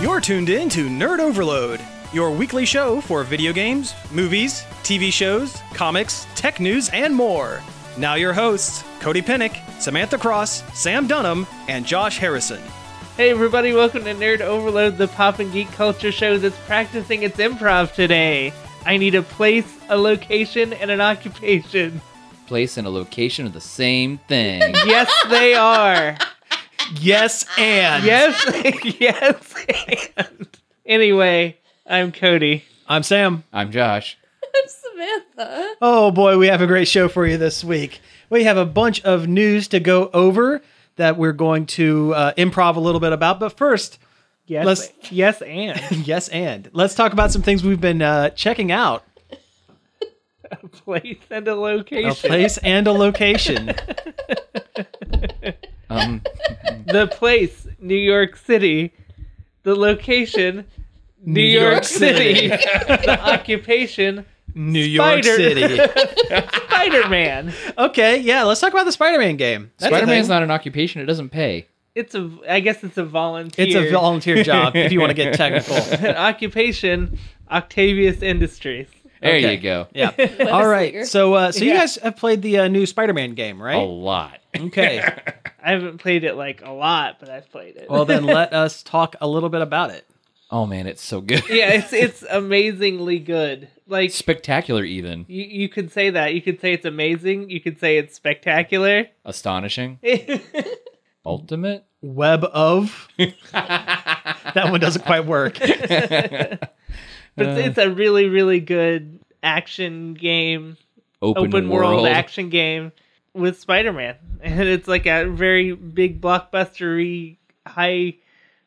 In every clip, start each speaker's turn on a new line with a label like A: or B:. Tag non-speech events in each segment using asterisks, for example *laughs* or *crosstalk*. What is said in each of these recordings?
A: You're tuned in to Nerd Overload, your weekly show for video games, movies, TV shows, comics, tech news, and more. Now, your hosts, Cody Pennick, Samantha Cross, Sam Dunham, and Josh Harrison.
B: Hey everybody, welcome to Nerd Overload, the pop and geek culture show that's practicing its improv today. I need a place, a location, and an occupation. *laughs*
C: place and a location are the same
A: *laughs*
C: thing.
B: Yes, they are.
A: Yes, and.
B: Yes, *laughs* yes. And. Anyway, I'm Cody.
A: I'm Sam.
C: I'm Josh.
D: Samantha.
A: Oh boy, we have a great show for you this week. We have a bunch of news to go over that we're going to uh, improv a little bit about. But first, *laughs*
B: Yes,
A: Let's-
B: yes, and
A: yes, and let's talk about some things we've been uh, checking out
B: *laughs* place and a
A: a
B: location.
A: place and a location.
C: Um,
B: the place, New York City. The *laughs* location, New, York,
A: York City.
B: City. *laughs* the occupation,
A: New York
B: Spider.
A: City.
B: Spider Man.
A: *laughs* Okay, yeah, let's talk about the Spider Man game. That's a
C: Spider Man's
A: thing.
C: not an occupation, it doesn't pay.
B: It's a. I guess it's a volunteer.
A: It's a volunteer job if you want to get technical.
B: an *laughs* occupation, Octavius Industries.
C: There
A: Okay.
C: you go.
A: Yeah. All right.
D: Webslinger.
A: So, uh, so you
B: Yeah.
A: guys have played the uh, new Spider Man game,
C: A
A: right?
C: lot.
A: Okay.
B: I haven't played it like a lot, but I've played it.
A: Well, then let us talk a little bit about it.
C: Oh man, it's so
B: *laughs*
C: good. *laughs*
B: yeah, it's it's amazingly good. Like
C: Spectacular, even
B: you, you could say that. You could say it's amazing. You could say it's spectacular. *laughs*
C: astonishing, ultimate.
A: Web of. that one doesn't quite work.
B: But it's, it's a really really good action game,
C: Open,
B: open, world. action game with Spider Man, *laughs* and it's like a very big blockbustery high.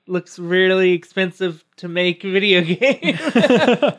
B: Looks really expensive to make *laughs* video game.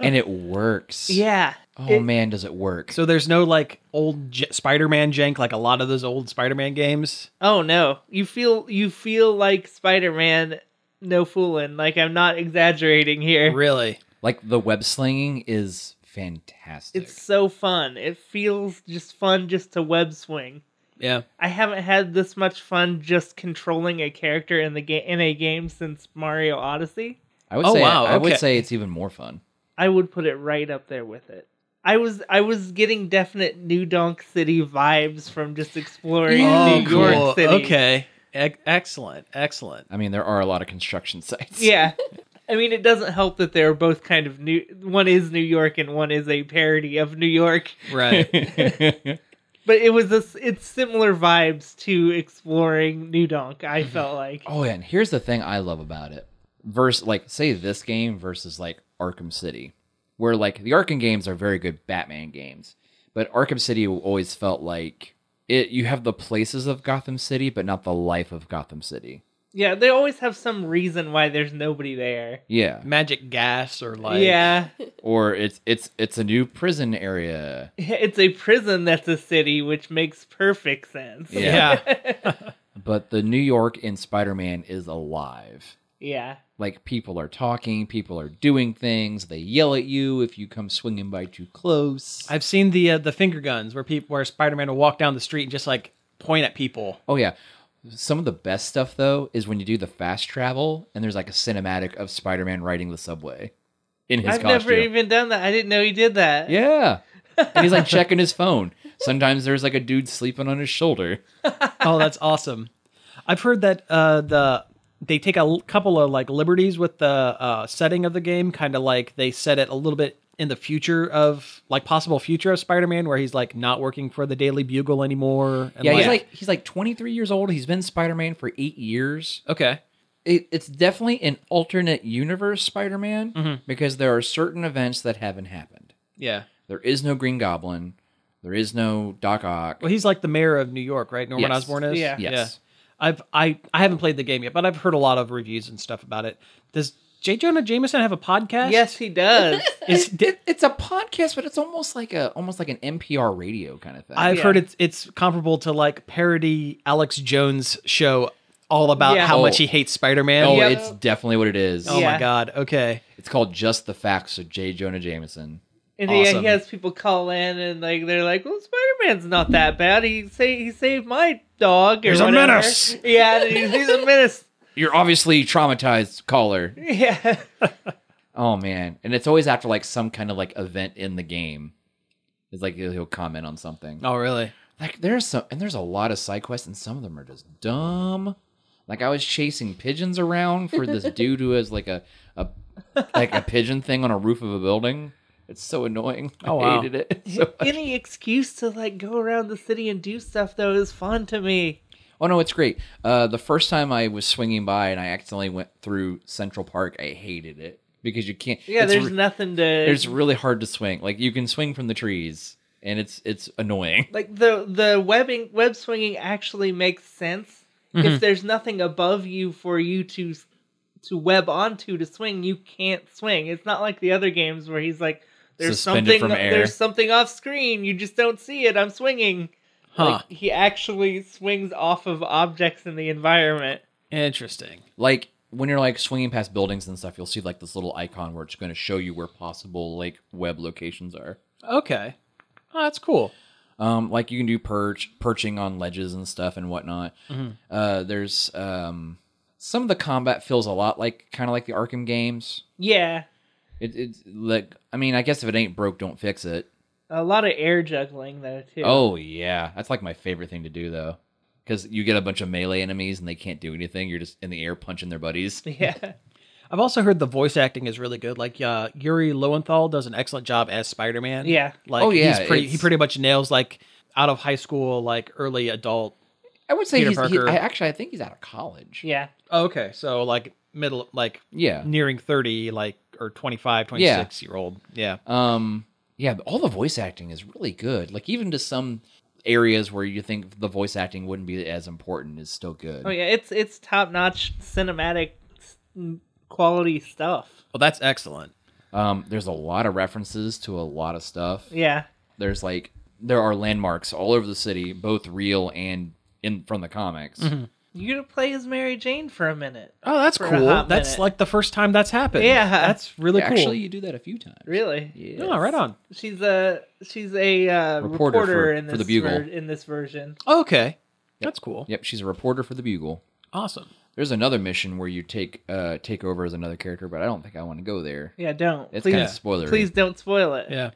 C: and it works.
B: yeah.
C: Oh
B: It-
C: man, does it work?
A: So there's no like old J- Spider Man jank like a lot of those old Spider Man games.
B: Oh no. You feel you feel like Spider-Man no fooling. Like I'm not exaggerating here.
A: Really?
C: like the web slinging is fantastic.
B: It's so fun. It feels just fun just to web swing.
A: Yeah.
B: I haven't had this much fun just controlling a character in the game in a game since Mario Odyssey.
C: I would
A: Oh,
C: say.
A: wow,
C: I
A: okay.
C: would say it's even more fun.
B: I would put it right up there with it. I was I was getting definite New Donk City vibes from just exploring
C: Oh,
B: New
C: cool.
B: York City.
A: Okay. Ec- excellent. Excellent.
C: I mean, there are a lot of construction *laughs*
B: *laughs*
C: sites.
B: Yeah. I mean, it doesn't help that they're both kind of new. One is New York and one is a parody of New York.
A: Right.
B: But it was a, s- it's similar vibes to exploring New Donk, I felt like.
C: Oh, and here's the thing I love about it. Versus, like, say this game versus, like, Arkham City, where, like, the Arkham games are very good Batman games, but Arkham City always felt like it. you have the places of Gotham City, but not the life of Gotham City.
B: Yeah, they always have some reason why there's nobody there.
C: Yeah.
A: Magic gas or like.
B: yeah. *laughs*
C: Or it's it's it's a new prison area.
B: It's a prison that's a city, which makes perfect sense.
A: Yeah.
C: But the New York in Spider-Man is alive.
B: *laughs* Yeah.
C: Like people are talking, people are doing things, they yell at you if you come swinging by too close.
A: I've seen the uh, the finger guns where people where Spider Man will walk down the street and just like point at people.
C: Oh yeah. Some of the best stuff though is when you do the fast travel and there's like a cinematic of Spider-Man riding the subway in his
B: I've
C: costume.
B: never even done that. I didn't know he did that.
C: Yeah. and he's like checking his phone. Sometimes there's like a dude sleeping on his shoulder.
A: Oh, that's *laughs* awesome. I've heard that uh, the they take a l- couple of like liberties with the uh, setting of the game, kind of like they set it a little bit in the future of like possible future of Spider-Man, where he's like not working for the Daily Bugle anymore. And,
C: Yeah, he's like he's like 23 years old. He's been Spider-Man for 8 years.
A: okay,
C: It, it's definitely an alternate universe Spider-Man
B: Mm-hmm.
C: because there are certain events that haven't happened.
A: yeah.
C: There is no Green Goblin. There is no Doc Ock.
A: Well, he's like the mayor of New York, right? Norman
C: Yes.
A: Osborn is.
B: Yeah.
C: Yes.
A: I've I I haven't played the game yet, but I've heard a lot of reviews and stuff about it. Does J. Jonah Jameson have a podcast?
B: Yes, he does.
C: *laughs*
B: *laughs*
A: Is,
C: it, it's a podcast, but it's almost like a almost like an NPR radio kind of thing.
A: I've
B: Yeah.
A: heard it's it's comparable to like parody Alex Jones show all about
B: Yeah.
A: how
C: Oh.
A: much he hates Spider Man.
C: oh,
B: Yeah.
C: it's definitely what it is.
A: Oh
B: Yeah.
A: my god. Okay.
C: It's called Just the Facts of J. Jonah Jameson.
B: And he- yeah,
A: Awesome.
B: he has people call in and like they're like, "Well, Spider Man's not that bad. He say he saved my dog or
A: He's a
B: whatever."
A: menace.
B: Yeah, and he's, he's a menace.
C: You're obviously traumatized, caller.
B: Yeah.
C: Oh man, and it's always after like some kind of like event in the game. It's like he'll he'll comment on something.
A: Oh, really?
C: Like there's some, and there's a lot of side quests, and some of them are just dumb. Like I was chasing pigeons around for this dude who has like a, a like a pigeon thing on a roof of a building. It's so annoying. I
A: Oh, wow.
C: hated it. *laughs* So,
B: Any excuse to like go around the city and do stuff though is fun to me.
C: oh no, it's great. Uh, the first time I was swinging by and I accidentally went through Central Park, I hated it because you can't.
B: Yeah,
C: it's
B: there's
C: re-
B: nothing to
C: it's really hard to swing. Like you can swing from the trees, and it's it's annoying.
B: like the the webbing web swinging actually makes sense
C: Mm-hmm.
B: if there's nothing above you for you to to web onto to swing you can't swing it's not like the other games where he's like there's
C: Suspended
B: something
C: from air.
B: there's something off screen you just don't see it i'm swinging
A: Huh.
B: like he actually swings off of objects in the environment
A: Interesting.
C: like when you're like swinging past buildings and stuff, you'll see like this little icon where it's going to show you where possible like web locations are.
A: Okay. Oh, that's cool.
C: Um, like you can do perch, perching on ledges and stuff and whatnot. Uh, there's um, some of the combat feels a lot like kind of like the Arkham games.
B: yeah
C: It, it's like I mean, I guess if it ain't broke, don't fix it.
B: a lot of air juggling though too
C: Oh yeah, that's like my favorite thing to do though, because you get a bunch of melee enemies and they can't do anything. You're just in the air punching their buddies.
B: *laughs* yeah
A: I've also heard the voice acting is really good. Like uh, Yuri Lowenthal does an excellent job as Spider Man.
B: Yeah.
A: Like
C: Oh, yeah,
A: he's pretty, he
C: it's-
A: pretty much nails like out of high school, like early adult.
C: I would say
A: Peter
C: he's, he,
A: Parker.
C: I, actually I think he's out of college.
B: yeah
A: Oh, okay, so like middle, like
C: Yeah.
A: nearing thirty, like or 25, 26 year old. Yeah.
C: Um, yeah, but all the voice acting is really good. Like even to some areas where you think the voice acting wouldn't be as important is still good.
B: oh yeah it's it's top notch cinematic s- quality stuff
A: Well, that's excellent.
C: Um, there's a lot of references to a lot of stuff.
B: yeah
C: There's like there are landmarks all over the city, both real and in from the comics.
B: You're gonna play as Mary Jane for a minute.
A: Oh, that's
B: For a
A: cool.
B: hot
A: That's
B: minute.
A: like the first time that's happened.
B: Yeah.
A: that's really cool.
C: Actually, you do that a few times.
B: Really?
C: Yeah.
A: Oh, right on.
B: She's a she's a uh,
C: Reporter
B: reporter,
C: for-
B: in
C: for
B: this
C: the Bugle.
B: ver- in this version.
A: okay, that's cool.
C: Yep, she's a reporter for the Bugle.
A: Awesome.
C: There's another mission where you take uh take over as another character, but I don't think I want to go there.
B: Yeah, don't
C: It's
B: please
C: kind of spoilery.
B: please don't spoil it.
A: Yeah.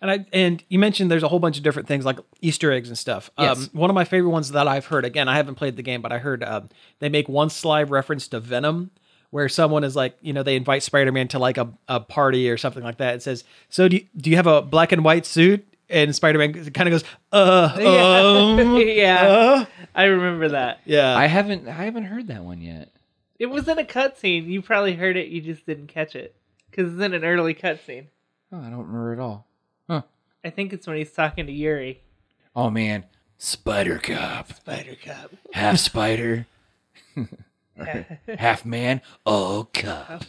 A: And I and you mentioned there's a whole bunch of different things like Easter eggs and stuff. Um,
C: Yes.
A: one of my favorite ones that I've heard again, I haven't played the game, but I heard um, they make one sly reference to Venom, where someone is like, you know, they invite Spider-Man to like a, a party or something like that. It says, "So do you, do you have a black and white suit?" And Spider-Man kind of goes, "Uh,
B: *laughs* *laughs* Yeah.
A: um,
B: Yeah.
A: uh."
B: I remember that.
A: yeah."
C: I haven't I haven't heard that one yet.
B: It was in a cutscene. You probably heard it. You just didn't catch it because it's in an early cutscene.
C: Oh, I don't remember at all.
B: I think it's when he's talking to Yuri.
C: Oh man, Spider Cop,
B: Spider Cup. *laughs*
C: half spider, half man, all cop.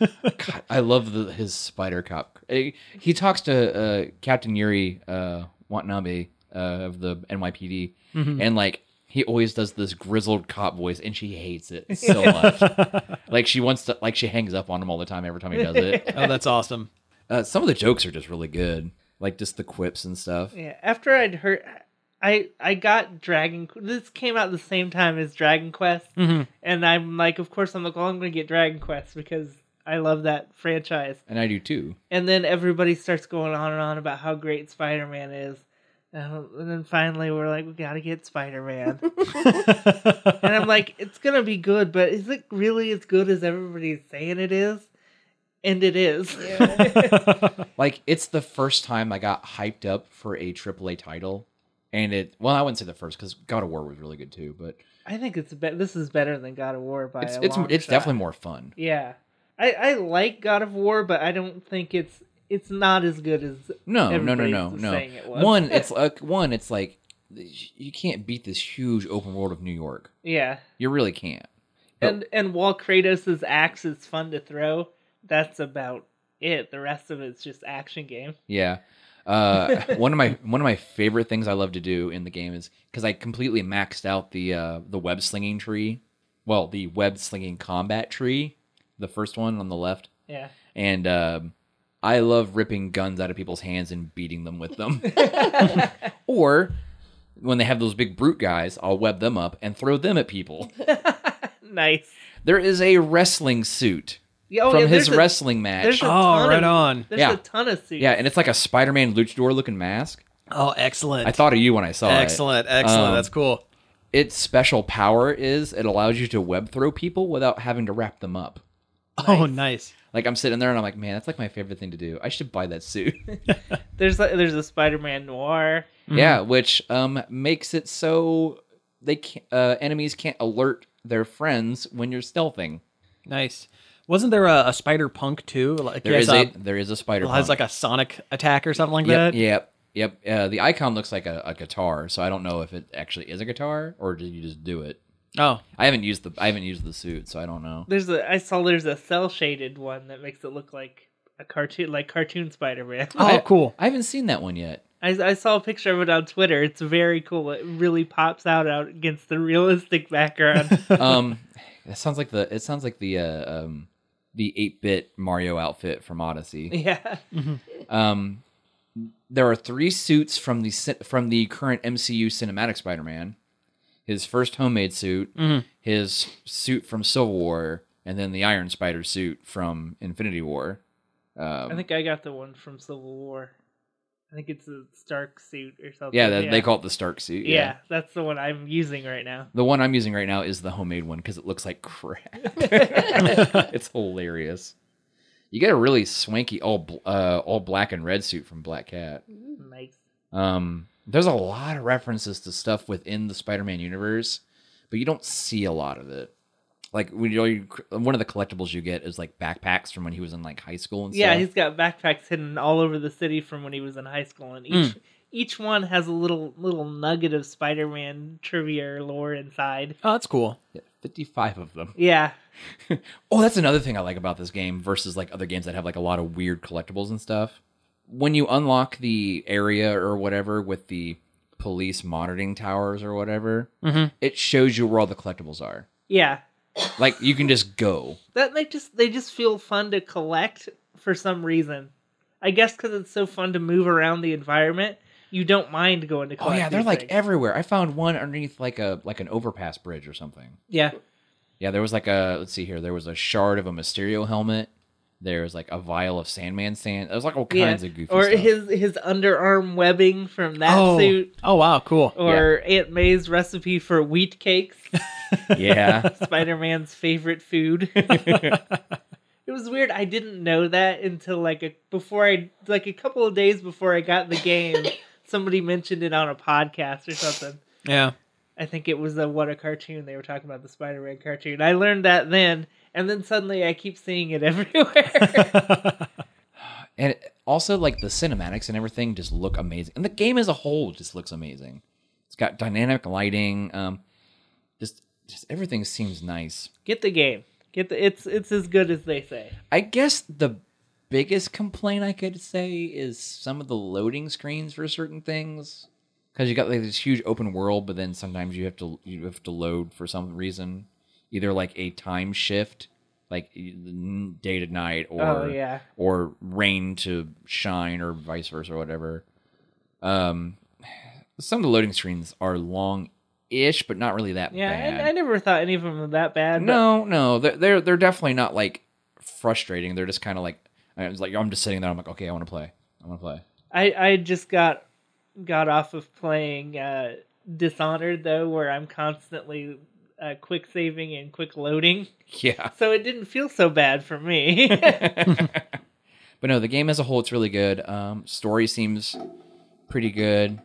C: God, I love the, his Spider Cop. Eh, He talks to uh, Captain Yuri uh, Watanabe uh, of the NYPD,
B: Mm-hmm.
C: and like he always does this grizzled cop voice, and she
B: *laughs*
C: hates it so much. like she wants to, like she hangs up on him all the time every time he does
B: *laughs*
C: it.
A: oh, that's awesome.
C: Uh, some of the jokes are just really good, like just the quips and stuff.
B: Yeah, after I'd heard, I I got Dragon. This came out the same time as Dragon Quest,
C: Mm-hmm.
B: and I'm like, of course, I'm like, well, I'm gonna get Dragon Quest because I love that franchise.
C: And I do too.
B: And then everybody starts going on and on about how great Spider Man is. And and then finally, we're like, we gotta get Spider
C: *laughs*
B: Man. and I'm like, it's gonna be good, but is it really as good as everybody's saying it is? And it is.
C: Like it's the first time I got hyped up for a AAA title, and it. Well, I wouldn't say the first because God of War was really good too, but
B: *laughs* I think it's be- this is better than God of War by
C: it's
B: a
C: it's
B: long
C: it's
B: shot.
C: definitely more fun.
B: Yeah. I, I like God of War, but I don't think it's it's not as good as
C: No, no, no,
B: Everybody's
C: no, no.
B: saying it was. *laughs*
C: One, it's like one, it's like you can't beat this huge open world of New York.
B: yeah.
C: You really can't. But-
B: And and while Kratos' axe is fun to throw, that's about it. The rest of it's just action game.
C: Yeah. Uh,
B: *laughs*
C: one of my one of my favorite things I love to do in the game is because I completely maxed out the uh, the web slinging tree, well the web slinging combat tree, the first one on the left.
B: Yeah.
C: and um, I love ripping guns out of people's hands and beating them with them. or when they have those big brute guys, I'll web them up and throw them at people.
B: nice.
C: There is a wrestling suit
B: Yeah, oh,
C: from
B: yeah,
C: his
B: there's a-
C: wrestling
B: there's
C: match.
B: a
A: Oh,
B: ton
A: right
B: of,
A: on.
B: There's
C: Yeah.
B: a ton of suits.
C: yeah, and it's like a Spider-Man luchador looking mask.
A: Oh, excellent.
C: I thought of you when I saw it.
A: excellent, excellent.
C: Um,
A: That's cool.
C: Its special power is it allows you to web throw people without having to wrap them up.
A: Oh, nice.
C: Like I'm sitting there and I'm like, man, that's like my favorite thing to do. I should buy that suit.
B: there's like, there's a Spider-Man noir.
C: Yeah,
A: Mm-hmm.
C: which um makes it so they can't, uh, enemies can't alert their friends when you're stealthing.
A: Nice. Wasn't there a, a spider punk too? Like
C: There
A: he
C: is
A: has
C: a, there is a spider.
A: a uh, has
C: punk.
A: like a sonic attack or something like
C: yep,
A: that.
C: yep, yep. Uh, the icon looks like a, a guitar, so I don't know if it actually is a guitar or did you just do it.
A: Oh,
C: I haven't used the I haven't used the suit, so I don't know.
B: There's a I saw there's a cell shaded one that makes it look like a cartoon like cartoon Spider-Man.
A: oh,
C: I-
A: cool.
C: I haven't seen that one
A: *laughs*
C: yet.
B: *laughs* I, I saw a picture of it on Twitter. It's very cool. It really pops out out against the realistic
C: *laughs*
B: background.
C: Um, that sounds like the it sounds like the uh, um the eight bit Mario outfit from Odyssey.
B: yeah.
C: Um, there are three suits from the cin- from the current MCU cinematic Spider-Man. His first homemade suit,
B: Mm-hmm.
C: his suit from Civil War, and then the Iron Spider suit from Infinity War. Um,
B: I think I got the one from Civil War. I think it's a Stark suit or something.
C: yeah, that, they call it the Stark suit.
B: Yeah. that's the one I'm using right now.
C: The one I'm using right now is the homemade one because it looks like
B: *laughs*
C: crap. *laughs* it's hilarious. You get a really swanky all bl- uh, all black and red suit from Black Cat.
B: Hmm, Nice.
C: Um, there's a lot of references to stuff within the Spider-Man universe, but you don't see a lot of it. Like when you one of the collectibles you get is like backpacks from when he was in like high school and
B: Yeah,
C: stuff.
B: he's got backpacks hidden all over the city from when he was in high school, and each
C: Hmm.
B: each one has a little little nugget of Spider-Man trivia or lore inside.
A: Oh, that's cool.
C: Yeah, 55 of them.
B: Yeah,
C: Oh, that's another thing I like about this game versus like other games that have like a lot of weird collectibles and stuff. When you unlock the area or whatever with the police monitoring towers or whatever,
A: Mm-hmm.
C: it shows you where all the collectibles are.
B: yeah.
C: Like you can just go.
B: That they just they just feel fun to collect for some reason. I guess because it's so fun to move around the environment, you don't mind going to.
C: Oh
B: Collect
C: yeah, they're
B: these
C: like
B: things.
C: everywhere. I found one underneath like a like an overpass bridge or something.
B: yeah.
C: Yeah, there was like a let's see here. There was a shard of a Mysterio helmet. There was like a vial of Sandman sand. There was like all
B: Yeah.
C: kinds of goofy
B: or
C: stuff.
B: his his underarm webbing from that
A: oh,
B: suit,
A: oh wow, cool.
B: or Aunt May's recipe for wheat
C: *laughs*
B: cakes, *laughs*
C: yeah,
B: Spider Man's favorite
C: *laughs*
B: food. *laughs* it was weird. I didn't know that until like a before I like a couple of days before I got the
C: *laughs*
B: game. somebody mentioned it on a podcast or something.
A: Yeah.
B: I think it was a what a cartoon they were talking about the Spider Man cartoon. I learned that then, and then suddenly I keep seeing it *laughs* everywhere.
C: *laughs* and it- also like the cinematics and everything just look amazing. And the game as a whole just looks amazing. It's got dynamic lighting. Um, just just everything seems nice.
B: Get the game. Get the it's it's as good as they say.
C: I guess the biggest complaint I could say is some of the loading screens for certain things because you got like this huge open world, but then sometimes you have to you have to load for some reason, either like a time shift, like n- day to night, or
B: Oh, yeah.
C: or rain to shine, or vice versa, or whatever. Um, some of the loading screens are long. Ish, but not really that bad.
B: Yeah, I, I never thought any of them were that bad. but
C: No, no, they're they're, they're definitely not like frustrating. They're just kind of like I was like I'm just sitting there. I'm like, okay, I want to play. I want to play. *laughs*
B: I I just got got off of playing uh, Dishonored though, where I'm constantly uh, quick saving and quick loading,
C: Yeah,
B: so it didn't feel so bad for me.
C: *laughs*
B: *laughs*
C: but no, the game as a whole, it's really good. Um, story seems pretty good.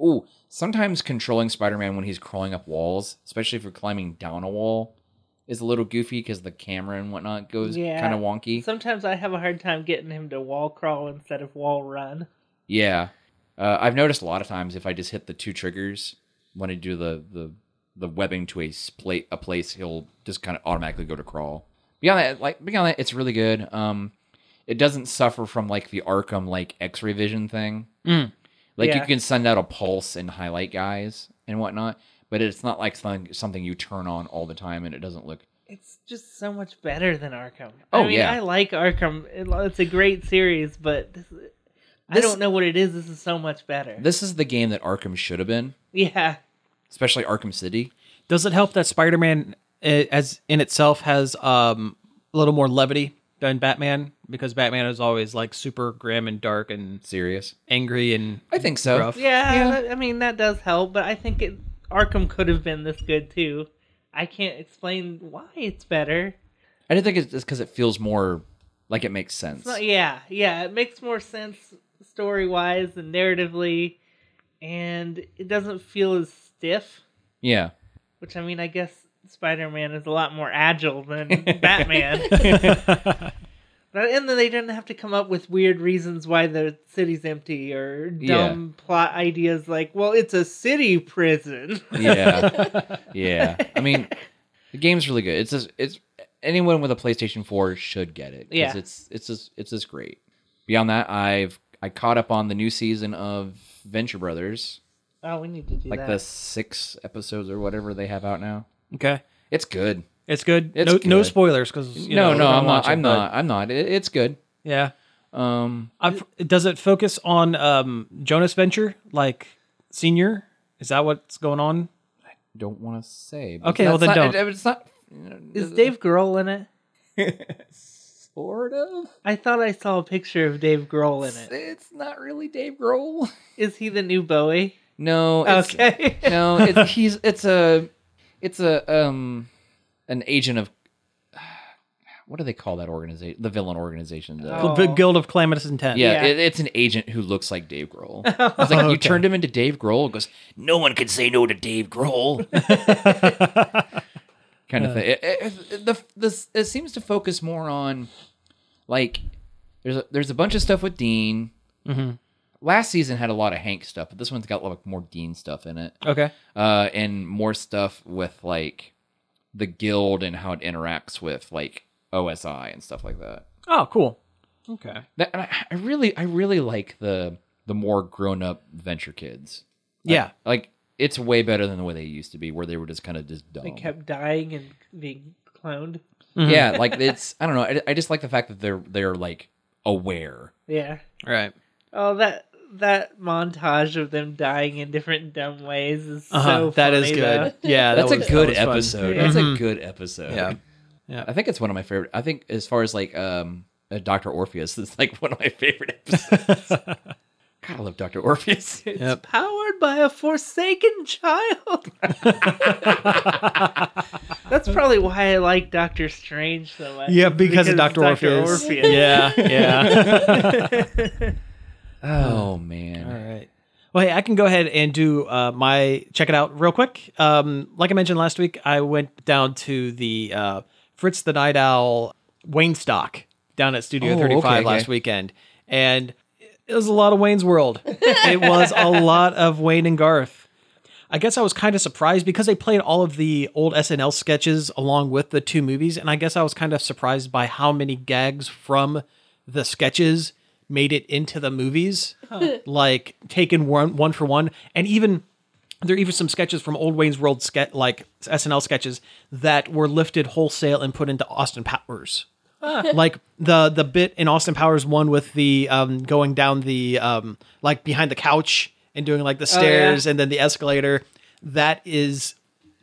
C: Ooh, sometimes controlling Spider-Man when he's crawling up walls, especially if you're climbing down a wall, is a little goofy because the camera and whatnot goes
B: Yeah.
C: kind of wonky.
B: Sometimes I have a hard time getting him to wall crawl instead of wall run.
C: Yeah. Uh, I've noticed a lot of times if I just hit the two triggers when I do the the, the webbing to a spla a place, he'll just kind of automatically go to crawl. Beyond that, like beyond that, it's really good. Um, it doesn't suffer from like the Arkham like X-ray vision thing. Like
B: Yeah.
C: you can send out a pulse and highlight guys and whatnot, but it's not like something, something you turn on all the time and it doesn't look.
B: It's just so much better than Arkham. I
C: Oh,
B: mean,
C: yeah.
B: I like Arkham. It- It's a great series, but this, I
C: This-
B: don't know what it is. This is so much better.
C: This is the game that Arkham should have been,
B: yeah.
C: especially Arkham City.
A: Does it help that Spider-Man i- as in itself has um, a little more levity than Batman because Batman is always like super grim and dark and
C: Serious?
A: angry and
C: I think so.
A: Rough.
B: Yeah,
C: Yeah.
B: That, I mean that does help, but I think it, Arkham could have been this good too. I can't explain why it's better.
C: I didn't think it's just because it feels more like it makes sense.
B: It's not- e- yeah, yeah, it makes more sense story wise and narratively, and it doesn't feel as stiff.
C: yeah.
B: Which I mean, I guess Spider Man is a lot more agile than Batman. But, and then they didn't have to come up with weird reasons why the city's empty or dumb plot ideas like, well, it's a city prison.
C: Yeah. *laughs* yeah. I mean, the game's really good. It's just, it's anyone with a PlayStation 4 should get it 'cause
B: Yeah.
C: it's it's just it's just great. Beyond that, I've I caught up on the new season of Venture Brothers,
B: Oh, we need to do
C: like
B: that.
C: the 6 episodes or whatever they have out now.
A: okay.
C: It's good.
A: It's good.
C: It's
A: no, no
C: good.
A: spoilers because
C: no, no, I'm not I'm not I'm not. It, it's good.
A: Yeah.
C: Um
A: i does it focus on um, Jonas Venture, like senior? Is that what's going on?
C: don't want to say. but
A: Okay, well,
C: that's
A: then
C: not-
A: don't.
C: it- it's not
B: Is Dave Grohl in it?
C: sort of.
B: I thought I saw a picture of Dave Grohl in it.
C: It's not really Dave Grohl.
B: Is he the new Bowie?
C: No, it's,
B: Okay. *laughs*
C: no, it's, he's it's a it's a um an agent of *sighs* what do they call that organization? The villain organization. though.
B: Oh.
A: The Guild of Calamitous Intent.
C: Yeah,
B: Yeah.
C: It, it's an agent who looks like
B: *laughs*
C: Dave Grohl. It's like you turned him into Dave Grohl. and Goes, no one can say no to Dave Grohl.
B: *laughs*
C: kind
B: Uh.
C: of thing. It, it, it- the this it seems to focus more on like there's a, there's a bunch of stuff with Dean.
B: Mm-hmm.
C: Last season had a lot of Hank stuff, but this one's got like more Dean stuff in it
A: Okay.
C: uh, and more stuff with like the guild and how it interacts with like OSI and stuff like that.
A: Oh, cool. Okay.
C: that and I, I really, I really like the the more grown up venture kids.
A: Yeah.
C: Like it's way better than the way they used to be, where they were just kind of just dumb.
B: They *laughs* kept dying and being cloned.
C: yeah, like it's I don't know. I, I just like the fact that they're they're like aware.
B: Yeah.
A: Right.
B: Oh, that that montage of them dying in different dumb ways is
A: Uh-huh.
B: so
A: that is
B: funny,
A: good.
B: though.
A: Yeah. that
C: That's
A: was-
C: a good
A: that was fun.
C: episode.
B: Yeah.
C: That's a good episode.
A: Mm-hmm. Yeah.
C: I think it's one of my favorite. I think as far as like um uh, Dr. Orpheus, *laughs* it's like one of my favorite episodes.
A: *laughs*
C: God, I love Dr. Orpheus.
B: It's
A: Yep.
B: powered by a
A: *laughs*
B: forsaken child. That's probably why I like Doctor Strange so much.
A: Yeah, because, of Doctor Orpheus. Yeah. *laughs* Yeah.
C: Oh
A: All
C: man.
A: right. Well, hey, I can go ahead and do uh, my check it out real quick. Um, like I mentioned last week, I went down to the uh, Fritz the Night Owl Wayne Stock down at Studio
C: Oh, okay,
A: 35 last
C: okay.
A: weekend, and it was a lot of Wayne's World. *laughs* it was a lot of Wayne and Garth. I guess I was kind of surprised because they played all of the old SNL sketches along with the two movies, and I guess I was kind of surprised by how many gags from the sketches made it into the movies, like taken one one for one, and even there are even some sketches from old Wayne's World ske- like SNL sketches that were lifted wholesale and put into Austin Powers.
C: Ah.
A: *laughs* like the the bit in Austin Powers one with the um going down the um like behind the couch and doing like the
C: Oh,
A: stairs and then the escalator that is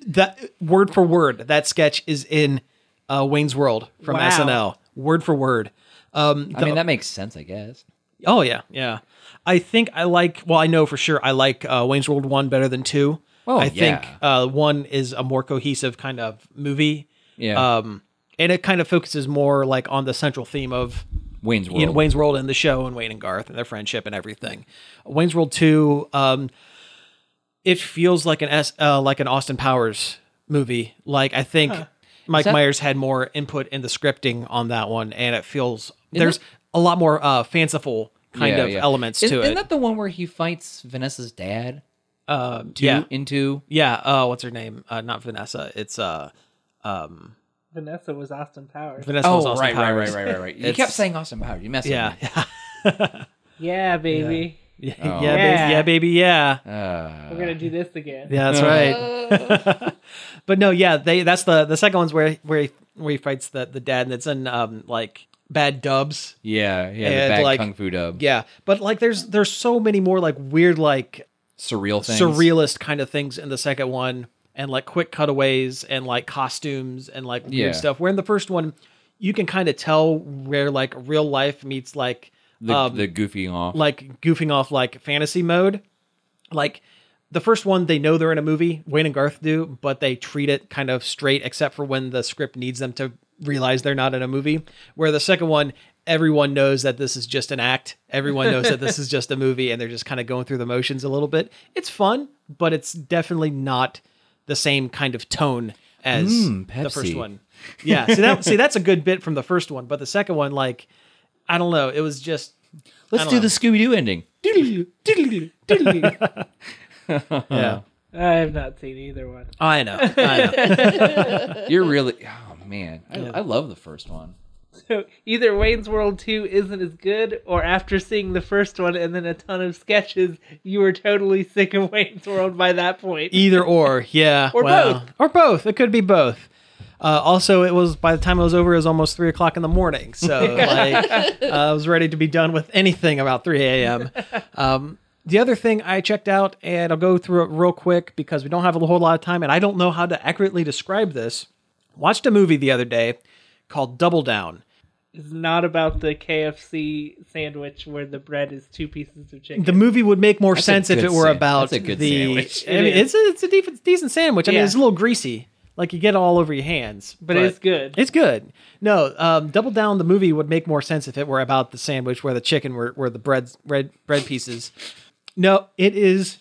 A: that word for word that sketch is in uh Wayne's World from
B: Wow.
A: SNL word for word um
C: I mean that makes sense, I guess.
A: Oh yeah, yeah. I think I like. Well, I know for sure I like uh, Wayne's World one better than two.
C: Oh,
A: I
C: yeah.
A: think uh, one is a more cohesive kind of movie,
C: Yeah.
A: um, and it kind of focuses more like on the central theme of
C: Wayne's World.
A: you know, Wayne's World and the show and Wayne and Garth and their friendship and everything. Wayne's World two, um, it feels like an S, uh, like an Austin Powers movie. Like I think Mike
C: that-
A: Myers had more input in the scripting on that one, and it feels
C: Isn't
A: there's
C: that-
A: a lot more uh, fanciful kind
C: Yeah,
A: of
C: yeah.
A: elements
C: Is-
A: to
C: Isn't
A: it.
C: that the one where he fights Vanessa's dad?
A: Um,
C: Two,
A: yeah,
C: Into
A: yeah. Uh, what's her name? Uh, not Vanessa. It's uh, um,
B: Vanessa was Austin Powers.
A: Vanessa was Austin Powers.
C: Oh, right, Oh. right,
A: *laughs*
C: right. You
A: It's-
C: kept saying Austin Powers. You messed
A: Yeah, *laughs*
C: up.
A: yeah,
B: Yeah, baby.
A: yeah,
C: Oh.
A: baby, yeah, baby, yeah.
C: Uh,
B: We're gonna do this again.
A: Yeah, that's right. *laughs* But no, yeah, they that's the the second one's where where he, where he fights the the dad, and it's in um like bad dubs.
C: yeah, yeah,
A: And,
C: the bad
A: like-
C: kung fu dub.
A: Yeah, but like there's there's so many more like weird like
C: Surreal things.
A: surrealist kind of things in the second one and like quick cutaways and like costumes and like weird
C: Yeah.
A: stuff. Where in the first one, you can kind of tell where like real life meets like
C: The,
A: um,
C: the goofy off.
A: like goofing off like fantasy mode. Like the first one, they know they're in a movie. Wayne and Garth do, but they treat it kind of straight, except for when the script needs them to realize they're not in a movie. Where the second one, everyone knows that this is just an act. Everyone knows that this is just a movie, and they're just kind of going through the motions a little bit. It's fun, but it's definitely not the same kind of tone as
C: Mm,
A: the first
C: Pepsi.
A: one. Yeah, see that see that's a good bit from the first one, but the second one, like, I don't know, it was just
C: Let's
A: I
C: do
A: don't
C: the Scooby Doo ending. Doodle-doo, doodle-doo, doodle-doo.
A: yeah.
B: I have not seen either one.
A: I know. I *laughs* know.
C: You're really. Oh man, I,
A: Yeah.
C: I love the first one.
B: So either Wayne's World 2 isn't as good, or after seeing the first one and then a ton of sketches, you were totally sick of Wayne's World by that point.
A: Either or, yeah.
B: Or
A: wow.
B: both.
A: Or both. It could be both. Uh, also, it was by the time it was over, it was almost three o'clock in the morning. So *laughs* like, uh, I was ready to be done with anything about three a.m. Um, the other thing I checked out, and I'll go through it real quick because we don't have a whole lot of time, and I don't know how to accurately describe this. Watched a movie the other day called Double Down.
B: It's not about the KFC sandwich where the bread is two pieces of chicken.
A: the movie would make more
C: That's a
A: sense if
C: good
A: it were
C: san-
A: about
C: that's a good
A: the.
C: sandwich.
A: I mean,
B: It
A: it's a, it's a decent, decent sandwich. I mean,
B: Yeah.
A: it's a little greasy, like you get it all over your hands,
B: but, it's good.
A: It's good. No, um, Double Down the movie would make more sense if it were about the sandwich where the chicken were were the bread bread bread pieces. No, it is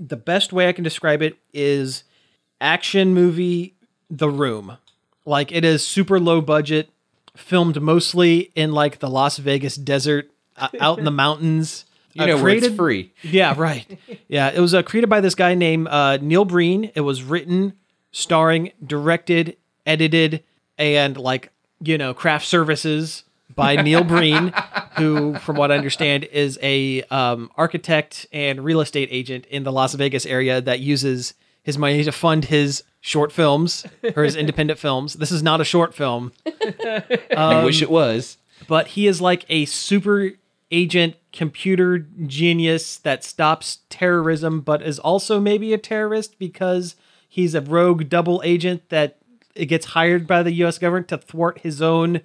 A: the best way I can describe it is action movie The Room. Like it is super low budget, filmed mostly in like the Las Vegas desert, uh, out in the mountains.
C: You
A: Uh,
C: know where
A: created-
C: it's free.
A: yeah, right. Yeah, it was uh, created by this guy named uh, Neil Breen. It was written, starring, directed, edited, and like you know, craft services by Neil Breen, who, from what I understand, is a um, architect and real estate agent in the Las Vegas area that uses his money to fund his short films or his independent films. This is not a short film um,
C: I wish it was.
A: but he is like a super agent computer genius that stops terrorism but is also maybe a terrorist because he's a rogue double agent that gets hired by the US government to thwart his own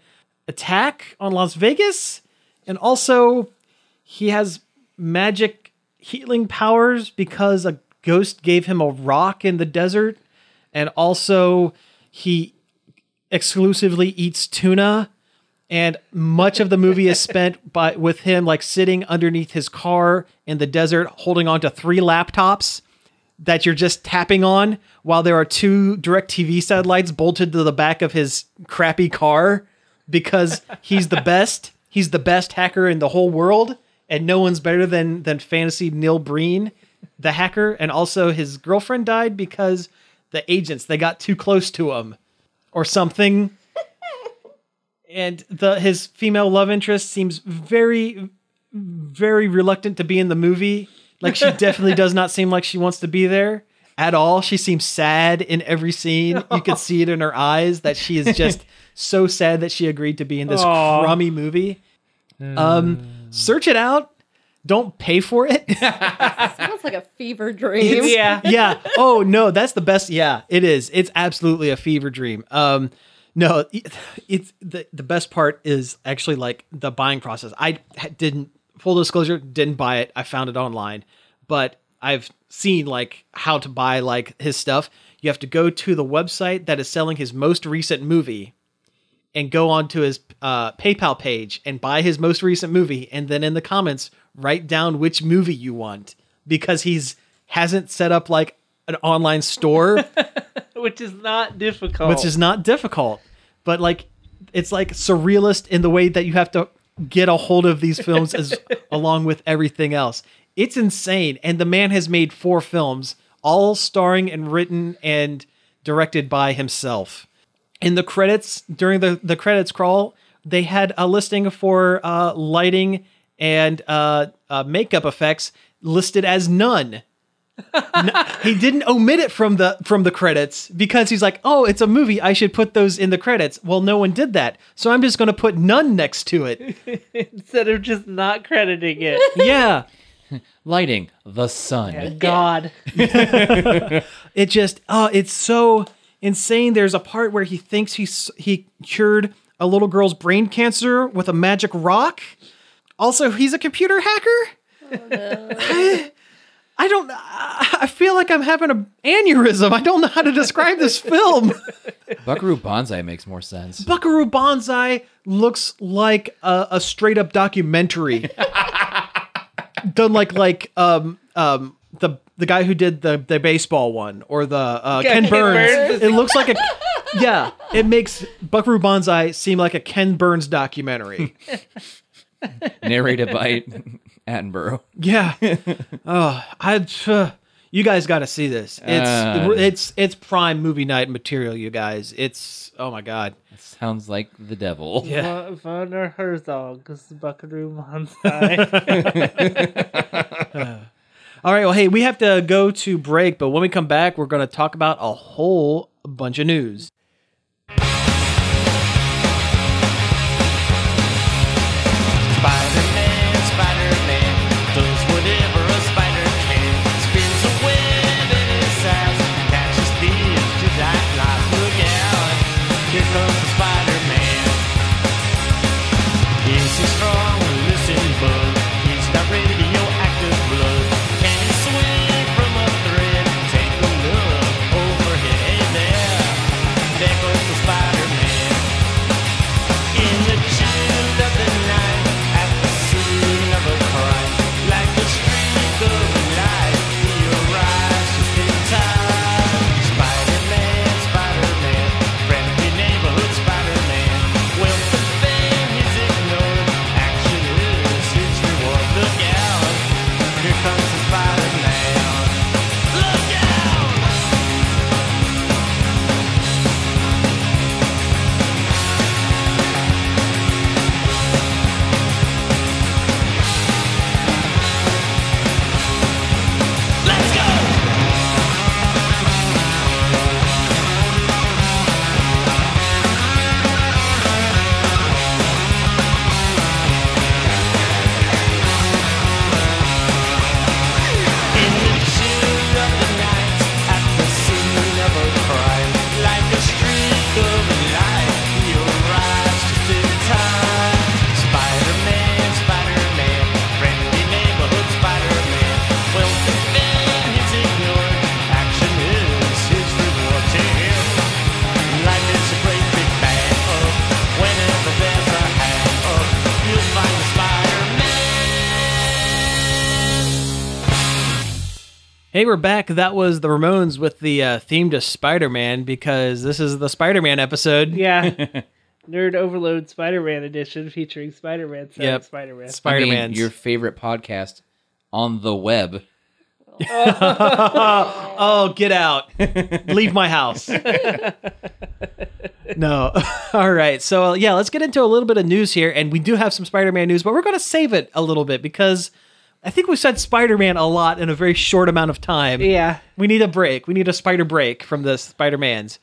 A: attack on Las Vegas and also he has magic healing powers because a ghost gave him a rock in the desert and also he exclusively eats tuna and much of the movie is spent *laughs* by with him like sitting underneath his car in the desert holding on to three laptops that you're just tapping on while there are two direct tv satellites bolted to the back of his crappy car because he's the best he's the best hacker in the whole world and no one's better than than fantasy neil breen the hacker and also his girlfriend died because the agents they got too close to him or something and the his female love interest seems very very reluctant to be in the movie like she definitely does not seem like she wants to be there at all she seems sad in every scene you could see it in her eyes that she is just so sad that she agreed to be in this
B: Aw.
A: crummy movie um search it out don't pay for it *laughs*
D: Sounds like a fever dream.
B: yeah.
A: yeah. Oh no, that's the best. Yeah, it is. It's absolutely a fever dream. Um, no, it- it's the the best part is actually like the buying process. I ha- didn't full disclosure didn't buy it. I found it online, but I've seen like how to buy like his stuff. You have to go to the website that is selling his most recent movie and go onto his uh, PayPal page and buy his most recent movie, and then in the comments write down which movie you want because he's hasn't set up like an online store,
B: Which is not difficult.
A: which is not difficult, but like it's like surrealist in the way that you have to get a hold of these films as along with everything else. It's insane, and the man has made four films, all starring and written and directed by himself in the credits during the the credits crawl they had a listing for uh, lighting and uh, uh, makeup effects listed as none No- he didn't omit it from the from the credits because he's like oh it's a movie i should put those in the credits well no one did that so i'm just going to put none next to it *laughs*
B: instead of just not crediting it.
A: yeah
C: lighting, the sun.
B: God.
A: It just oh, it's so insane. There's a part where he thinks he's he cured a little girl's brain cancer with a magic rock. Also, he's a computer hacker. *laughs* I don't. I I feel like I'm having an aneurysm. I don't know how to describe this film.
C: Buckaroo Banzai makes more sense.
A: Buckaroo Banzai looks like a, a straight up
B: *laughs*
A: documentary done like like um um the the guy who did the the baseball one or the uh,
B: Yeah,
A: Ken,
B: Ken
A: Burns.
B: Burns.
A: It looks like a yeah. It makes Buckaroo Banzai seem like a Ken Burns
B: *laughs*
A: documentary.
C: Narrated by *laughs* Attenborough.
A: yeah. Oh, I. Uh, you guys got to see this. It's
C: Uh.
A: it's it's prime movie night material. You guys. It's oh my god.
C: Sounds like the devil.
A: Yeah.
B: Va- Werner Herzog is Buckaroo
A: *laughs*
B: Banzai.
A: All right. Well, hey, we have to go to break, but when we come back, we're going to talk about a whole bunch of news.
E: Spider-Man, Spider-Man does whatever a spider can. Spins a web in his eyes, catches thieves to that life. Look out! Here comes Spider-Man. Is he strong? Well, Listen, bud. He's got radioactive blood. Can he swing from a thread? Take a look over here. Hey there, there goes the Spider-Man. In the chill of the night, at the scene of a crime, like a streak of light, he arrives just in time. Spider-Man, Spider-Man, friendly neighborhood Spider-Man. Wealth and fame is ignored, action is his reward. Look out, here comes the Spider-Man. Look out! Let's go! In the chill of the night, at the scene of a crime, like a streak of light, he arrives just in time. Spider-Man, Spider-Man, friendly neighborhood Spider-Man. Wealth and fame he's ignored, action is his reward to him. Life is a great big bang up. Whenever there's a hang up, you'll find the Spider-Man.
A: Hey, we're back. That was the Ramones with the uh, theme to Spider Man because this is the Spider Man episode. *laughs*
B: yeah. Nerd Overload Spider Man Edition featuring Spider Man.
A: Yep.
B: Spider Man.
C: I mean,
A: Spider Man's.
C: your favorite podcast on the web.
A: oh, get out.
B: *laughs*
A: Leave my house. no. *laughs* All right. So, uh, yeah, let's get into a little bit of news here. And we do have some Spider Man news, but we're going to save it a little bit because I think we said Spider Man a lot in a very short amount of time.
B: Yeah.
A: We need a break. We need a spider break from the Spider Mans.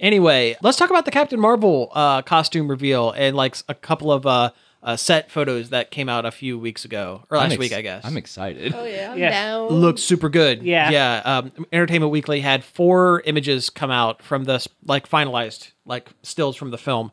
A: Anyway, let's talk about the Captain Marvel uh, costume reveal and like s- a couple of uh, uh, set photos that came out a few weeks ago or last
C: I'm ex-
A: week, I guess.
C: I'm excited.
D: Oh yeah, I'm
B: Yeah.
D: down.
A: Looks super good.
B: Yeah.
A: yeah. Um, Entertainment Weekly had four images come out from this, like finalized, like stills from the film.